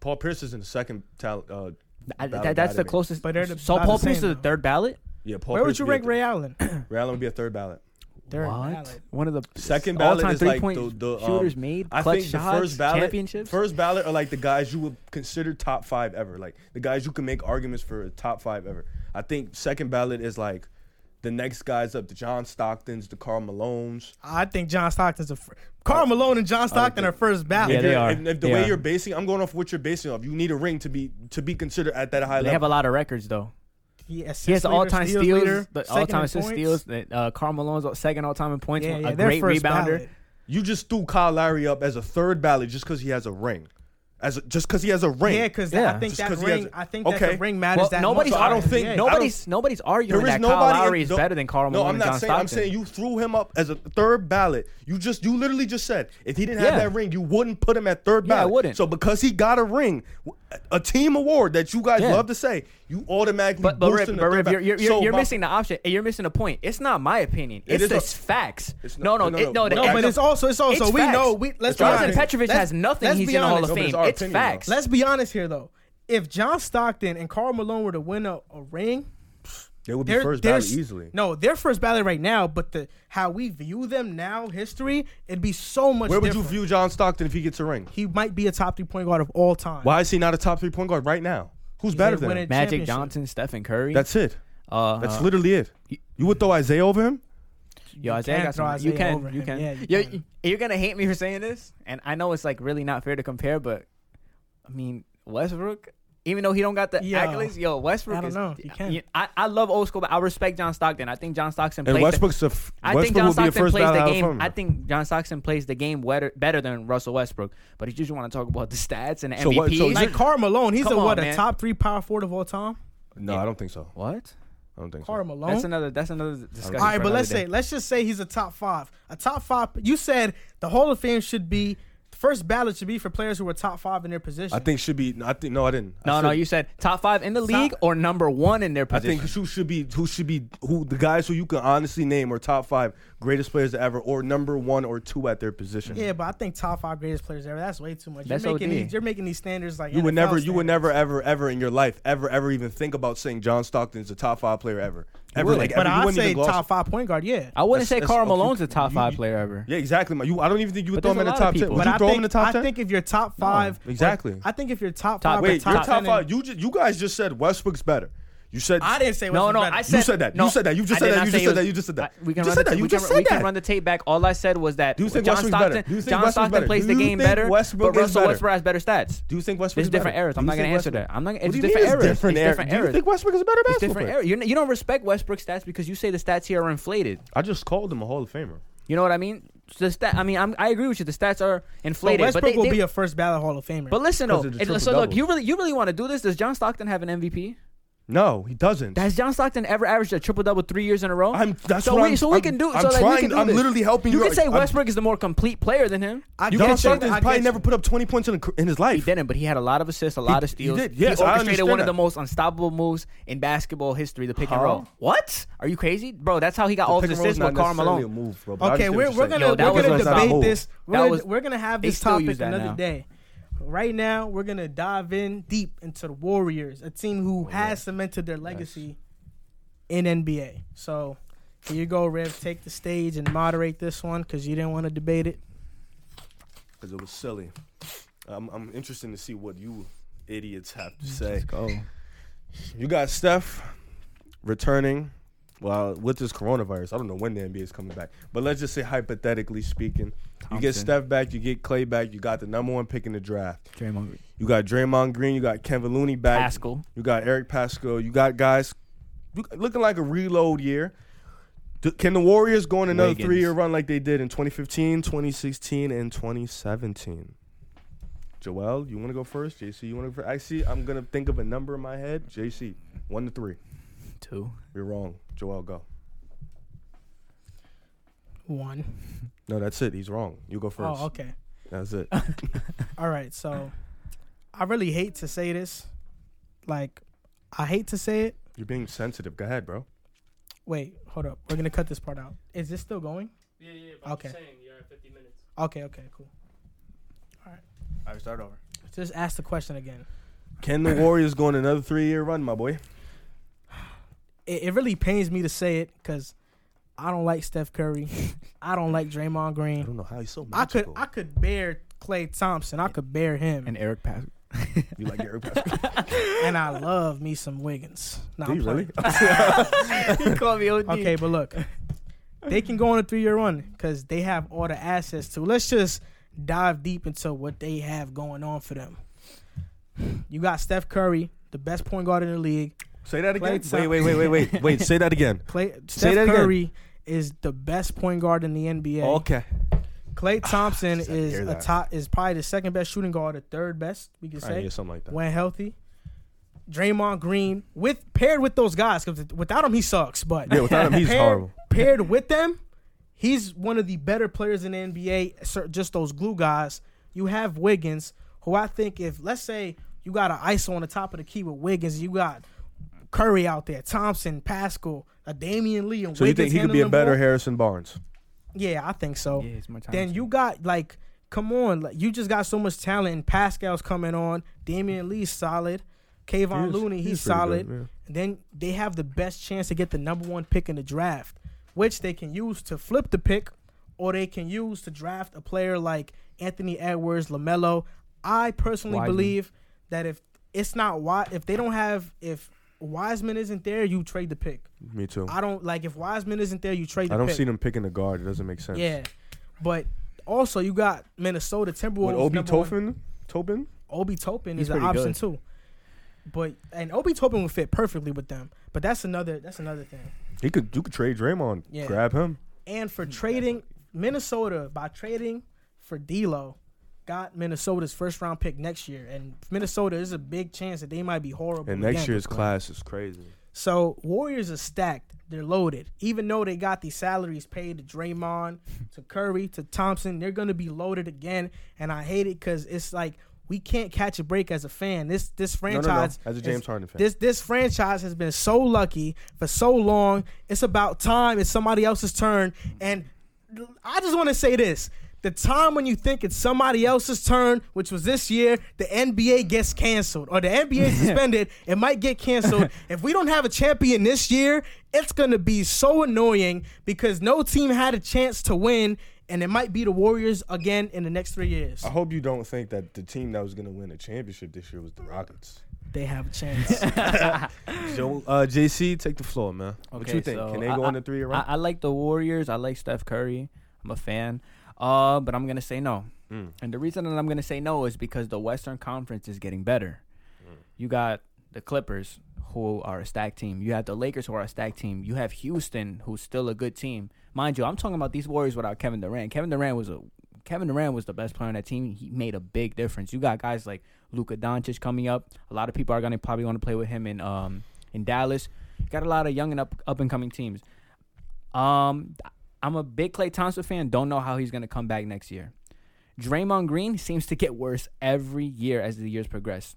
S4: Paul Pierce is in the second talent. Uh,
S3: I,
S4: Ballot
S3: that,
S4: guy
S3: that's
S4: to
S3: the
S4: me.
S3: closest.
S1: But they're the-
S3: so
S1: about
S3: Paul
S1: the
S3: Pierce is
S1: same,
S3: the
S1: though.
S3: third ballot.
S4: yeah, Paul
S1: Where
S4: Pierce
S1: would you
S4: be a
S1: rank
S4: th-
S1: Ray Allen?
S4: Ray Allen would be a third ballot.
S1: Third
S3: What?
S1: ballot.
S3: One of the
S4: Second
S3: all-time
S4: ballot is like
S3: three-point
S4: the, the um,
S3: shooters made.
S4: I
S3: clutch
S4: think
S3: shots,
S4: the first ballot,
S3: championships.
S4: first ballot are like the guys you would consider top five ever, like the guys you can make arguments for top five ever. I think second ballot is like the next guys up, the John Stocktons, the Carl Malones.
S1: I think John Stockton's a. Fr- Carl Malone and John Stockton are first ballot.
S3: Yeah,
S4: If
S3: Oh, they
S4: you're-
S3: are.
S4: If, if the
S3: They
S4: way
S3: are.
S4: you're basing, I'm going off what you're basing off. You need a ring to be to be considered at that high
S3: they have
S4: level.
S3: a lot of records though.
S1: He, assist
S3: He has the
S1: leader,
S3: all-time
S1: steals
S3: steals,
S1: leader,
S3: the
S1: second in
S3: all-time assist
S1: points.
S3: steals. that, Uh, Karl Malone's second all-time in points.
S1: Yeah, yeah,
S3: a
S1: they're
S3: great
S1: first
S3: rebounder.
S1: ballot.
S4: you just threw Kyle Lowry up as a third ballot just because he has a ring, as a, just because he has a ring.
S1: Yeah, because
S3: Yeah.
S1: I think
S4: Just
S1: that
S4: 'cause he has
S1: ring.
S4: a-
S1: I think that
S4: Okay.
S1: the ring matters
S3: Well,
S1: that
S3: nobody's.
S1: much.
S4: I don't think-
S1: Yeah.
S4: no-
S3: nobody's. nobody's arguing that Kyle
S4: in-
S3: Lowry is
S4: no-
S3: better than Karl Malone
S4: No, I'm
S3: and
S4: not
S3: John
S4: saying. I'm
S3: Stockton.
S4: saying you threw him up as a third ballot. You just you literally just said if he didn't have
S3: Yeah.
S4: that ring, you wouldn't put him at third
S3: Yeah, I
S4: ballot.
S3: wouldn't.
S4: So because he got a ring, w- a team award that you guys
S3: Yeah.
S4: love to say, you automatically
S3: But but,
S4: boost
S3: Rip,
S4: him to
S3: but
S4: third
S3: Rip,
S4: ballot.
S3: you're, you're, you're,
S4: So
S3: you're
S4: my-
S3: missing the option. You're missing the point. It's not my opinion.
S4: It
S3: It's
S4: is a-
S3: just facts.
S4: It's
S3: no,
S4: not- no,
S3: no, no,
S4: no,
S3: it, no.
S4: no,
S1: No,
S3: that-
S1: but it's also it's also
S3: it's
S1: we
S3: facts.
S1: know we let's
S4: It's
S1: be
S4: our
S1: honest.
S4: opinion.
S3: Petrovic
S1: Let's-
S3: has nothing.
S1: let's
S3: He's
S1: be
S3: in the Hall
S1: honest.
S4: No,
S3: of
S4: but
S3: Fame.
S4: it's our
S3: It's
S4: opinion, though.
S3: facts.
S1: Let's be honest here though. If John Stockton and Carl Malone were to win a, a ring,
S4: They would be
S1: they're,
S4: first
S1: they're
S4: ballot
S1: s-
S4: easily.
S1: No, they're first ballot right now, but the how we view them now, history, it'd be so much.
S4: Where would
S1: different.
S4: you view John Stockton if he gets a ring?
S1: He might be a top three point guard of all time.
S4: Why is he not a top three point guard right now? Who's
S1: He's
S4: better
S1: a
S4: than
S1: winning-
S4: him?
S3: Magic
S1: championship.
S3: Johnson, Stephen Curry.
S4: That's it.
S3: uh,
S4: That's literally it. You would throw Isaiah over him?
S3: Yo, Isaiah
S1: can't
S3: got
S1: throw
S3: some. You
S1: Isaiah over
S3: can, you
S1: him.
S3: can.
S1: Yeah, you
S3: Yo,
S1: can.
S3: you're gonna hate me for saying this, and I know it's like really not fair to compare, but I mean Westbrook, even though he don't got the
S1: Yo,
S3: accolades, yo, Westbrook.
S1: I don't
S3: is,
S1: know. You can't.
S3: I, I love old school, but I respect John Stockton. I think John Stockton.
S4: And
S3: plays the-
S4: Westbrook's a f-
S3: I
S4: Westbrook
S3: think John
S4: would be a
S3: Stockton
S4: first
S3: plays
S4: ballot
S3: the
S4: Hall of
S3: game.
S4: Famer.
S3: I think John Stockton plays the game wetter, better than Russell Westbrook. But if you just want to talk about the stats and the
S4: So
S3: MVPs,
S4: what- so is
S1: Like Carl Malone, he's
S3: Come
S1: a what
S3: on,
S1: a
S3: man.
S1: top three power forward of all time.
S4: No, I don't think so.
S3: what?
S4: I don't think so.
S1: Carl Malone.
S3: That's another. That's another discussion.
S1: all right, but
S3: for another
S1: let's
S3: day.
S1: say let's just say he's a top five. A top five. You said the Hall of Fame should be first ballot should be for players who are top five in their position.
S4: I think should be. I think no, I didn't. I
S3: No, no,
S4: said-
S3: you said top five in the league or number one in their
S4: I
S3: position.
S4: think who should be who should be who the guys who you can honestly name are top five greatest players ever or number one or two at their position.
S1: yeah, but I think top five greatest players ever. That's way too much. You're
S3: That's
S1: making
S3: OD.
S1: these, you're making these standards like
S4: You would
S1: NFL
S4: never, you would
S1: standards.
S4: never, ever, ever in your life, ever, ever even think about saying John Stockton is a top five player ever, ever.
S3: would.
S4: Like,
S1: But
S4: ever, you
S1: I
S4: wouldn't
S1: say
S4: even gloss-
S1: top five point guard. Yeah.
S3: I
S4: That's-
S3: wouldn't say
S4: that's-
S3: Carl
S4: okay, you
S3: Malone's a
S4: can-
S3: top
S4: you-
S3: five
S4: you-
S3: player ever.
S4: Yeah, exactly. You, I don't even think you would
S3: But
S4: throw him in
S3: there's
S4: the
S3: a lot
S4: top
S3: of
S4: ten.
S3: people.
S4: Would
S1: But
S4: you
S1: I
S4: throw
S1: think,
S4: him in the top
S1: I
S4: ten?
S1: think if you're top five, or-
S4: exactly.
S1: I think if you're top
S3: Top-
S1: five, or
S4: Wait,
S1: top
S4: your top
S1: 10 in-
S4: five. You just, you guys just said Westbrook's better. You said
S1: I didn't say
S3: No,
S1: Westbrook
S3: no,
S1: better.
S3: I
S4: You
S3: said,
S4: said that. You
S3: No,
S4: said that. You just
S3: I
S4: said
S3: did
S4: that.
S3: not
S4: You
S3: say
S4: just
S3: it
S4: said
S3: was-
S4: that. You just said that.
S3: I- We
S4: You
S3: can
S4: just
S3: run the
S4: said
S3: ta-
S4: that. You
S3: we
S4: just
S3: can-
S4: said
S3: we can
S4: that.
S3: run the tape back. All I said was that
S4: Do you think
S3: John
S4: Westbrook's
S3: Stockton,
S4: better? Do you think
S3: John
S4: Westbrook's
S3: Stockton
S4: better?
S3: plays
S4: Do
S3: the
S4: you
S3: game
S4: think
S3: better,
S4: Westbrook
S3: but
S4: is
S3: Russell
S4: better?
S3: Westbrook has better stats.
S4: Do you think Westbrook?
S3: There's
S4: is better?
S3: different eras.
S4: Do
S3: I'm
S4: you
S3: not gonna
S4: think
S3: answer
S4: Westbrook-
S3: that. I'm not.
S4: What
S3: It's
S4: do you
S3: different
S4: mean
S3: eras.
S4: It's different
S3: It's
S4: era.
S3: different
S4: Do you
S3: eras.
S4: think Westbrook is a better
S3: It's
S4: basketball
S3: different
S4: player?
S3: era. You're, n- you don't respect Westbrook's stats because you say the stats here are inflated.
S4: I just called him a Hall of Famer.
S3: You know what I mean? The stat. I mean, I'm, I agree with you. The stats are inflated.
S1: But
S3: But,
S1: Westbrook
S3: they,
S1: will
S3: they-
S1: be a first ballot Hall of Famer.
S3: but listen though.
S4: Because of the
S3: it- so
S4: triple-double.
S3: look, you really, you really want to do this? Does John Stockton have an MVP?
S4: No, he doesn't.
S3: Has John Stockton ever averaged a triple double three years in a row?
S4: I'm- that's
S3: so
S4: what
S3: we,
S4: I'm-
S3: so we
S4: I'm-
S3: can do.
S4: I'm
S3: so like, we
S4: trying-
S3: can do
S4: I'm
S3: this.
S4: literally helping
S3: You
S4: you
S3: can
S4: out.
S3: say
S4: I'm-
S3: Westbrook is the more complete player than him.
S1: I
S4: You
S1: get
S4: John
S1: you.
S4: Stockton's
S1: I
S4: probably
S1: get
S4: never
S1: you.
S4: put up 20 points in, a, in his life.
S3: He didn't, but he had a lot of assists, a lot of
S4: he
S3: steals.
S4: did. Yes,
S3: he
S4: I
S3: orchestrated
S4: understand
S3: one of the
S4: that.
S3: most unstoppable moves in basketball history, the pick and
S4: How?
S3: roll. What? Are you crazy, bro? That's how he got all
S4: Pick
S3: his
S4: and roll is
S3: assists with
S4: not
S3: Karl
S4: necessarily a
S3: Malone.
S4: move, bro, but I
S1: Okay,
S4: understand
S1: we're,
S4: what
S1: we're
S4: you're
S1: gonna
S3: Yo,
S4: saying.
S3: that
S1: we're
S3: was
S1: gonna
S3: a stop.
S1: debate
S4: Move.
S1: this. We're
S3: That
S1: gonna,
S3: was-
S1: we're gonna have
S3: they
S1: this
S3: still
S1: topic
S3: use that
S1: another
S3: now.
S1: day. Right now, we're gonna dive in deep into the Warriors, a team
S3: Oh,
S1: who has cemented their legacy in NBA. So here you go, Rev. Take the stage and moderate this one because you didn't want to debate it.
S4: because it was silly. I'm, I'm interested to see what you idiots have to say.
S3: go.
S4: You got Steph returning. Well, with this coronavirus, I don't know when the NBA is coming back. But let's just say hypothetically speaking, you get
S3: Thompson.
S4: Steph back, you get Clay back, you got the number one pick in the draft.
S3: Draymond Green.
S4: You got Draymond Green, you got Kevin Looney back,
S3: Pascal.
S4: you got Eric Pascal, you got guys you- looking like a reload year. Do- Can the Warriors go on another
S3: Wiggins.
S4: three year run like they did in 2015, 2016, and 2017?
S2: Joel, you want to go first? JC, you want to go first? I see. I'm gonna think of a number in my head. JC, one to three.
S3: Two.
S2: You're wrong. Joel, go.
S1: One.
S2: No, that's it. He's wrong. You go first.
S1: Oh, okay.
S2: That's it.
S1: All right. So, I really hate to say this. Like, I hate to say it.
S2: You're being sensitive. Go ahead, bro.
S1: Wait, hold up. We're gonna cut this part out. Is this still going?
S5: Yeah, yeah,
S1: but I'm Okay.
S5: saying you're at 50 minutes.
S1: Okay. Okay. Cool.
S6: All right, start over.
S1: Just ask the question again.
S2: Can the Warriors go on another three year run, my boy?
S1: it, it really pains me to say it because I don't like Steph Curry. I don't like Draymond
S2: I
S1: Green.
S2: don't know how he's so
S1: I could
S2: magical.
S1: I could bear Clay Thompson. I could bear him.
S3: And Eric Pass.
S2: you like Eric Pascal?
S1: And I love me some Wiggins. Nah,
S2: Do
S1: I'm
S2: you really?
S3: he called me OD.
S1: playing. Okay, but look, they can go on a three year run because they have all the assets to. Let's just dive deep into what they have going on for them. You got Steph Curry, the best point guard in the league.
S2: Say that
S1: Clay
S2: again. Wait,
S1: Thompson.
S2: wait, wait, wait, wait, wait. Say that again.
S1: Clay,
S2: Say
S1: Steph
S2: that again.
S1: Curry is the best point guard in the NBA.
S2: Okay.
S1: Clay Thompson
S2: just had to
S1: is
S2: hear
S1: a
S2: that.
S1: top is probably the second best shooting guard, the third best we could
S2: I
S1: say
S2: hear something like that.
S1: when healthy. Draymond Green with paired with those guys because without him he sucks. But
S2: Yeah, without him, he's
S1: paired,
S2: horrible.
S1: Paired with them, he's one of the better players in the NBA. cer- Just those glue guys. You have Wiggins, who I think if let's say you got an ISO on the top of the key with Wiggins, you got Curry out there, Thompson, Pascal, a Damian Lee, and
S2: So you
S1: Wiggins
S2: think he could be a
S1: handling the
S2: better
S1: ball.
S2: Harrison Barnes?
S1: Yeah, I think so
S3: Yeah, it's more time.
S1: then you got like come on like, you just got so much talent and pascal's coming on damian lee's solid Kayvon
S2: He is-
S1: looney he's,
S2: he is pretty
S1: solid
S2: good, yeah.
S1: and then they have the best chance to get the number one pick in the draft which they can use to flip the pick or they can use to draft a player like anthony edwards lamelo i personally
S3: Wiseman.
S1: believe that if it's not why if they don't have if Wiseman isn't there, you trade the pick.
S2: Me too.
S1: I don't like if Wiseman isn't there, you trade the
S2: I don't
S1: pick.
S2: see them picking a guard. It doesn't make sense.
S1: Yeah, but also you got Minnesota Timberwolves.
S2: Would Obi
S1: number one-
S2: Topin? Tobin?
S1: Obi Topin is
S3: He's
S1: an
S3: pretty
S1: option
S3: good.
S1: too. But and Obi Topin would fit perfectly with them. But that's another that's another thing.
S2: He could. You could trade Draymond.
S1: Yeah.
S2: Grab him.
S1: And
S2: Hmm,
S1: for trading Minnesota by trading for D'Lo, got Minnesota's first round pick next year. And Minnesota is a big chance that they might be horrible.
S2: And next
S1: again.
S2: year's class is crazy.
S1: So Warriors are stacked. They're loaded. Even though they got these salaries paid to Draymond, to Curry, to Thompson, they're gonna be loaded again. And I hate it because it's like we can't catch a break as a fan. This this
S2: No, no,
S1: franchise
S2: no. As a
S1: is-
S2: James Harden fan.
S1: This this franchise has been so lucky for so long. It's about time. It's somebody else's turn. And I just want to say this. The time when you think it's somebody else's turn, which was this year, the NBA gets canceled or the NBA is suspended, it might get canceled. if we don't have a champion this year, it's going to be so annoying because no team had a chance to win, and it might be the Warriors again in the next three years.
S2: I hope you don't think that the team that was going to win a championship this year was the Rockets.
S1: They have a chance.
S2: Joe, uh, JC, take the floor, man. what you
S3: Okay,
S2: think?
S3: so
S2: Can they
S3: I-
S2: go on the three year
S3: I,
S2: run?
S3: I like the Warriors. I like Steph Curry. I'm a fan. Uh, but I'm gonna say no.
S2: Mm.
S3: And the reason that I'm gonna say no is because the Western Conference is getting better. You got the Clippers, who are a stacked team. You have the Lakers, who are a stacked team. You have Houston, who's still a good team, mind you. I'm talking about these Warriors without Kevin Durant. Kevin Durant was a Kevin Durant was the best player on that team. He made a big difference. You got guys like Luka Doncic coming up. A lot of people are gonna probably want to play with him in um in Dallas. Got a lot of young and up up and coming teams. Um, I'm a big Clay Thompson fan. Don't know how he's gonna come back next year. Draymond Green seems to get worse every year as the years progress.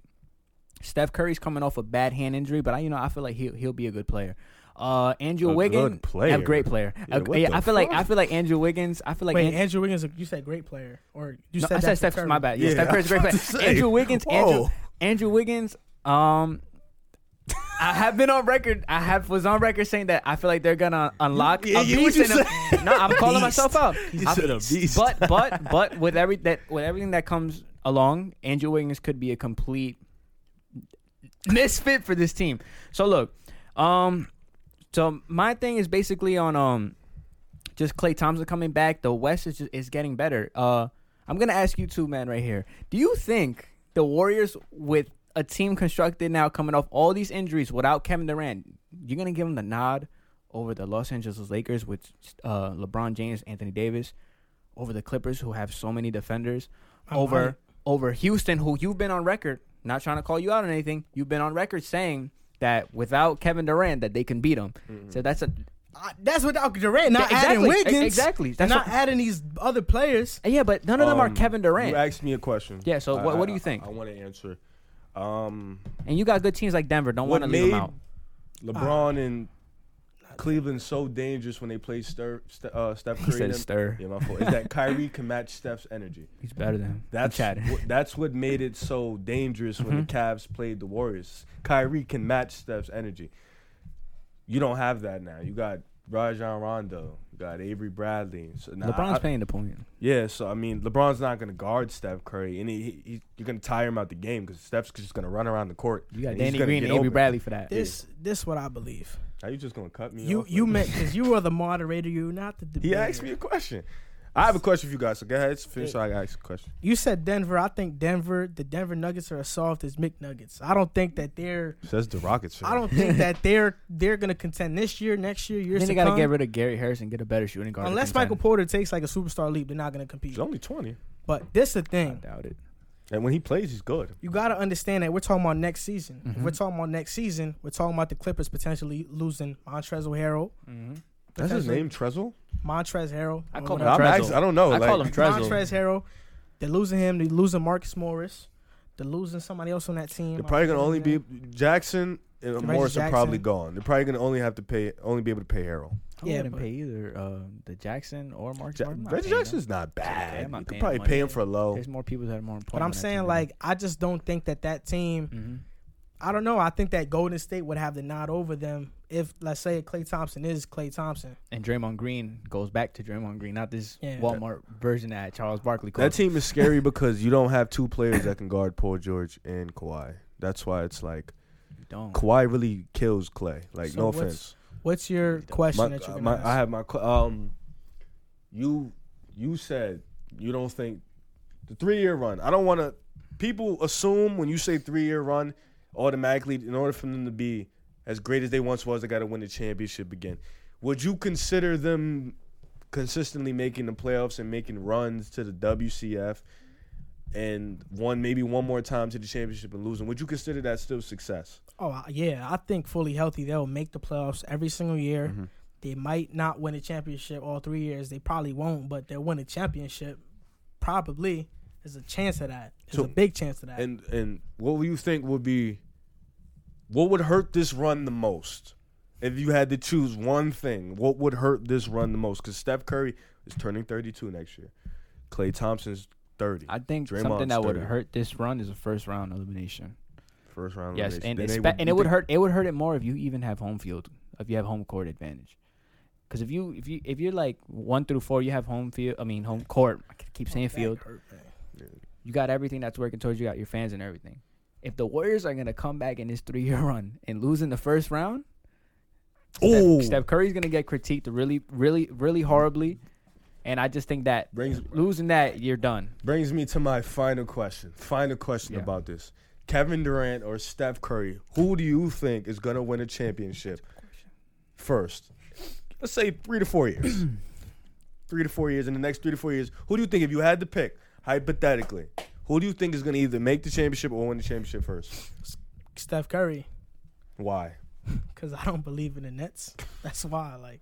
S3: Steph Curry's coming off a bad hand injury, but I, you know, I feel like he'll he'll be a good player. Uh, Andrew
S2: A
S3: Wiggins,
S2: good player.
S3: a great player.
S2: Yeah,
S3: A-
S2: what
S3: yeah,
S2: the
S3: I feel like I feel like Andrew Wiggins. I feel like
S1: Wait,
S3: An-
S1: Andrew Wiggins, you said great player, or you
S3: no,
S1: said that
S3: I said
S1: for
S3: Steph.
S1: Curry.
S3: My bad. Yeah,
S2: Yeah,
S3: Steph Curry's a great
S2: I
S3: player.
S2: was about to say.
S3: Andrew Wiggins. Andrew,
S2: Whoa.
S3: Andrew Wiggins. Um, I have been on record. I have was on record saying that I feel like they're gonna unlock
S2: Yeah,
S3: a
S2: yeah,
S3: beast.
S2: what'd you
S3: in him. No, I'm calling
S2: Beast.
S3: myself out.
S2: You
S3: I-
S2: said a beast.
S3: But but but with every that with everything that comes along, Andrew Wiggins could be a complete misfit for this team. So look, um, so my thing is basically on um, just Clay Thompson coming back. The West is just, is getting better. Uh, I'm gonna ask you two men right here. Do you think the Warriors with a team constructed now coming off all these injuries without Kevin Durant, you're gonna give them the nod over the Los Angeles Lakers with uh, LeBron James, Anthony Davis, over the Clippers who have so many defenders,
S1: I
S3: over
S1: might.
S3: over Houston, who you've been on record, not trying to call you out on anything, you've been on record saying that without Kevin Durant that they can beat them. So that's a
S1: Uh, that's without Durant, not
S3: Exactly.
S1: adding Wiggins.
S3: E- exactly.
S1: That's
S3: That's
S1: not
S3: what-
S1: adding these other players.
S3: yeah, but none of them are
S4: Um,
S3: Kevin
S4: You
S3: Durant,
S4: asked me a question.
S3: Yeah, so
S4: I-
S3: what- what do
S4: I-
S3: you think?
S4: I, want to answer. Um,
S3: and you got good teams like Denver. Don't
S4: what
S3: want to leave
S4: made
S3: them out.
S4: LeBron and Cleveland so dangerous when they played Stir, Ste- uh, Steph Curry?
S3: He
S4: and
S3: said
S4: them?
S3: stir.
S4: Yeah, my fault. Is that Kyrie can match Steph's energy?
S3: He's better than him.
S4: That's
S3: Chad.
S4: what, that's what made it so dangerous when
S3: Mm-hmm.
S4: the Cavs played the Warriors. Kyrie can match Steph's energy. You don't have that now. You got Rajon Rondo. You got Avery Bradley. So now
S3: LeBron's
S4: I-
S3: paying the point.
S4: Yeah, so I mean, LeBron's not going to guard Steph Curry, and he, he, he- you're going to tire him out the game because Steph's just going to run around the court.
S3: You got
S4: and he's
S3: Danny
S4: gonna
S3: Green
S4: get
S3: and Avery
S4: open.
S3: Bradley for that.
S1: This, this, what I believe.
S4: Are you just going to cut me?
S1: You,
S4: off
S1: you
S4: like
S1: meant
S4: that?
S1: because you are the moderator. You're not the debater.
S4: He asked me a question. I have a question for you guys. So go ahead, finish. so I ask a question.
S1: You said Denver. I think Denver. The Denver Nuggets are as soft as McNuggets. I don't think that they're.
S4: Says the Rockets. fan.
S1: I don't think that they're they're gonna contend this year, next year, years
S3: Then they
S1: to
S3: got to
S1: come.
S3: get rid of Gary Harris and get a better shooting guard. to
S1: Unless
S3: contend.
S1: Michael Porter takes like a superstar leap, they're not gonna compete.
S4: He's only twenty,
S1: But this the
S3: I
S1: thing.
S3: doubt it.
S4: and when he plays, he's good.
S1: You gotta understand that we're talking about next season. If
S3: Mhm.
S1: we're talking about next season, we're talking about the Clippers potentially losing Montrezl Harrell.
S4: That's his
S1: Potentially.
S4: name, Trezor.
S1: Montrez Harrell.
S3: I
S1: or
S3: call
S1: whatever.
S3: him
S4: I'm
S3: Trezor.
S4: actually, I don't know.
S3: I
S4: like,
S3: call him Trezor.
S1: Montrez Harrell. They're losing him. They're losing Marcus Morris. They're losing somebody else on that team.
S4: They're probably gonna only be Jackson and
S1: Reggie
S4: Morrison probably
S1: Jackson.
S4: gone. They're probably gonna only have to pay, only be able to pay Harrell.
S3: I
S1: Yeah,
S3: wouldn't
S1: but-
S3: pay either uh, the Jackson or Mark.
S4: Ja- Reggie Jackson's not
S3: okay,
S4: bad.
S3: I'm not
S4: you could
S3: paying
S4: probably
S3: him money.
S4: pay him for low.
S3: There's more people that are more important.
S1: But I'm saying like I just don't think that that team.
S3: hmm
S1: I don't know. I think that Golden State would have the nod over them if let's say Clay Thompson is Clay Thompson.
S3: and Draymond Green goes back to Draymond Green, not this
S1: Yeah.
S3: Walmart version that Charles Barkley
S4: That
S3: called.
S4: team is scary because you don't have two players that can guard Paul George and Kawhi. That's why it's like
S3: You don't.
S4: Kawhi really kills Clay. Like
S1: So
S4: no
S1: what's
S4: offense.
S1: What's your question
S4: My,
S1: that you're
S4: uh,
S1: gonna
S4: my-
S1: ask?
S4: I have my qu- um. You you said you don't think the three year run. I don't want to. People assume when you say three year run, automatically in order for them to be as great as they once was, they got to win the championship again. Would you consider them consistently making the playoffs and making runs to the WCF and one maybe one more time to the championship and losing? Would you consider that still success?
S1: Oh I- yeah, I think fully healthy they'll make the playoffs every single year.
S3: Mm-hmm.
S1: They might not win a championship all three years. They probably won't, but they'll win a championship. Probably there's a chance of that. There's
S4: So-
S1: a big chance of that.
S4: And and what would you think would be what would hurt this run the most? If you had to choose one thing, what would hurt this run the most? Because Steph Curry is turning 32 next year. Klay Thompson's 30.
S3: I think
S4: Draymond's
S3: something that would
S4: 30.
S3: hurt this run is a first round elimination.
S4: First round.
S3: Yes,
S4: elimination.
S3: and
S4: Then they
S3: expe- and it
S4: you
S3: would
S4: think-
S3: hurt it would hurt it more if you even have home field if you have home court advantage. Because if you if you if you're like one through four, you have home field. I mean home court. I keep saying field. You got everything that's working towards you. You got your fans and everything. If the Warriors are gonna come back in this three year run and lose in the first round,
S4: Ooh.
S3: Steph, Steph Curry's gonna get critiqued really, really, really horribly. And I just think that
S4: Brings-
S3: losing that, you're done.
S4: Brings me to my final question. Final question
S3: Yeah.
S4: about this. Kevin Durant or Steph Curry, who do you think is going to win a championship first? Let's say three to four years. three to four years. In the next three to four years, who do you think, if you had to pick, hypothetically, who do you think is going to either make the championship or win the championship first?
S1: Steph Curry,
S4: Why?
S1: because I don't believe in the Nets. That's why. Like,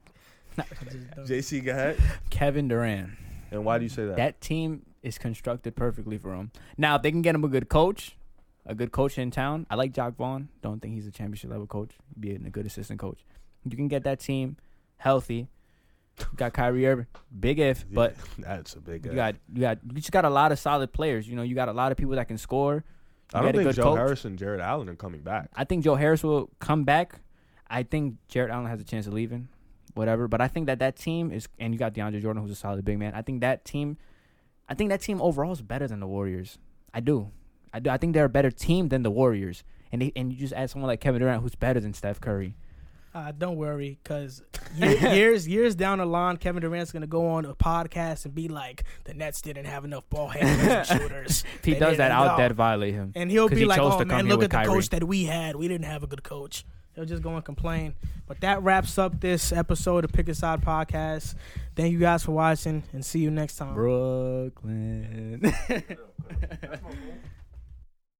S1: I just don't.
S4: JC, go ahead.
S3: Kevin Durant.
S4: And why do you say that?
S3: That team is constructed perfectly for him. Now, if they can get him a good coach, a good coach in town, I like Jock Vaughn. Don't think he's a championship level coach. He'd be a good assistant coach. You can get that team healthy. You got Kyrie Irving. Big if, but
S4: That's a big
S3: you got you got you just got a lot of solid players. You know, you got a lot of people that can score.
S4: I don't
S3: You got a
S4: think
S3: good
S4: Joe
S3: coach.
S4: Harris and Jared Allen are coming back.
S3: I think Joe Harris will come back. I think Jared Allen has a chance of leaving, whatever. But I think that that team is, and you got DeAndre Jordan, who's a solid big man. I think that team, I think that team overall is better than the Warriors. I do, I do. I think they're a better team than the Warriors. And they, and you just add someone like Kevin Durant, who's better than Steph Curry.
S1: Uh, don't worry, because years years down the line, Kevin Durant's gonna go on a podcast and be like, "The Nets didn't have enough ball handlers and shooters."
S3: If he
S1: They
S3: does that,
S1: didn't
S3: I'll
S1: know.
S3: dead violate him.
S1: And he'll
S3: 'Cause
S1: be
S3: he
S1: like,
S3: chose
S1: "Oh
S3: to come
S1: man,
S3: here
S1: look
S3: with
S1: at the
S3: Kyrie."
S1: coach that we had. We didn't have a good coach." He'll just go and complain. But that wraps up this episode of Pick a Side Podcast. Thank you guys for watching and see you next time.
S3: Brooklyn.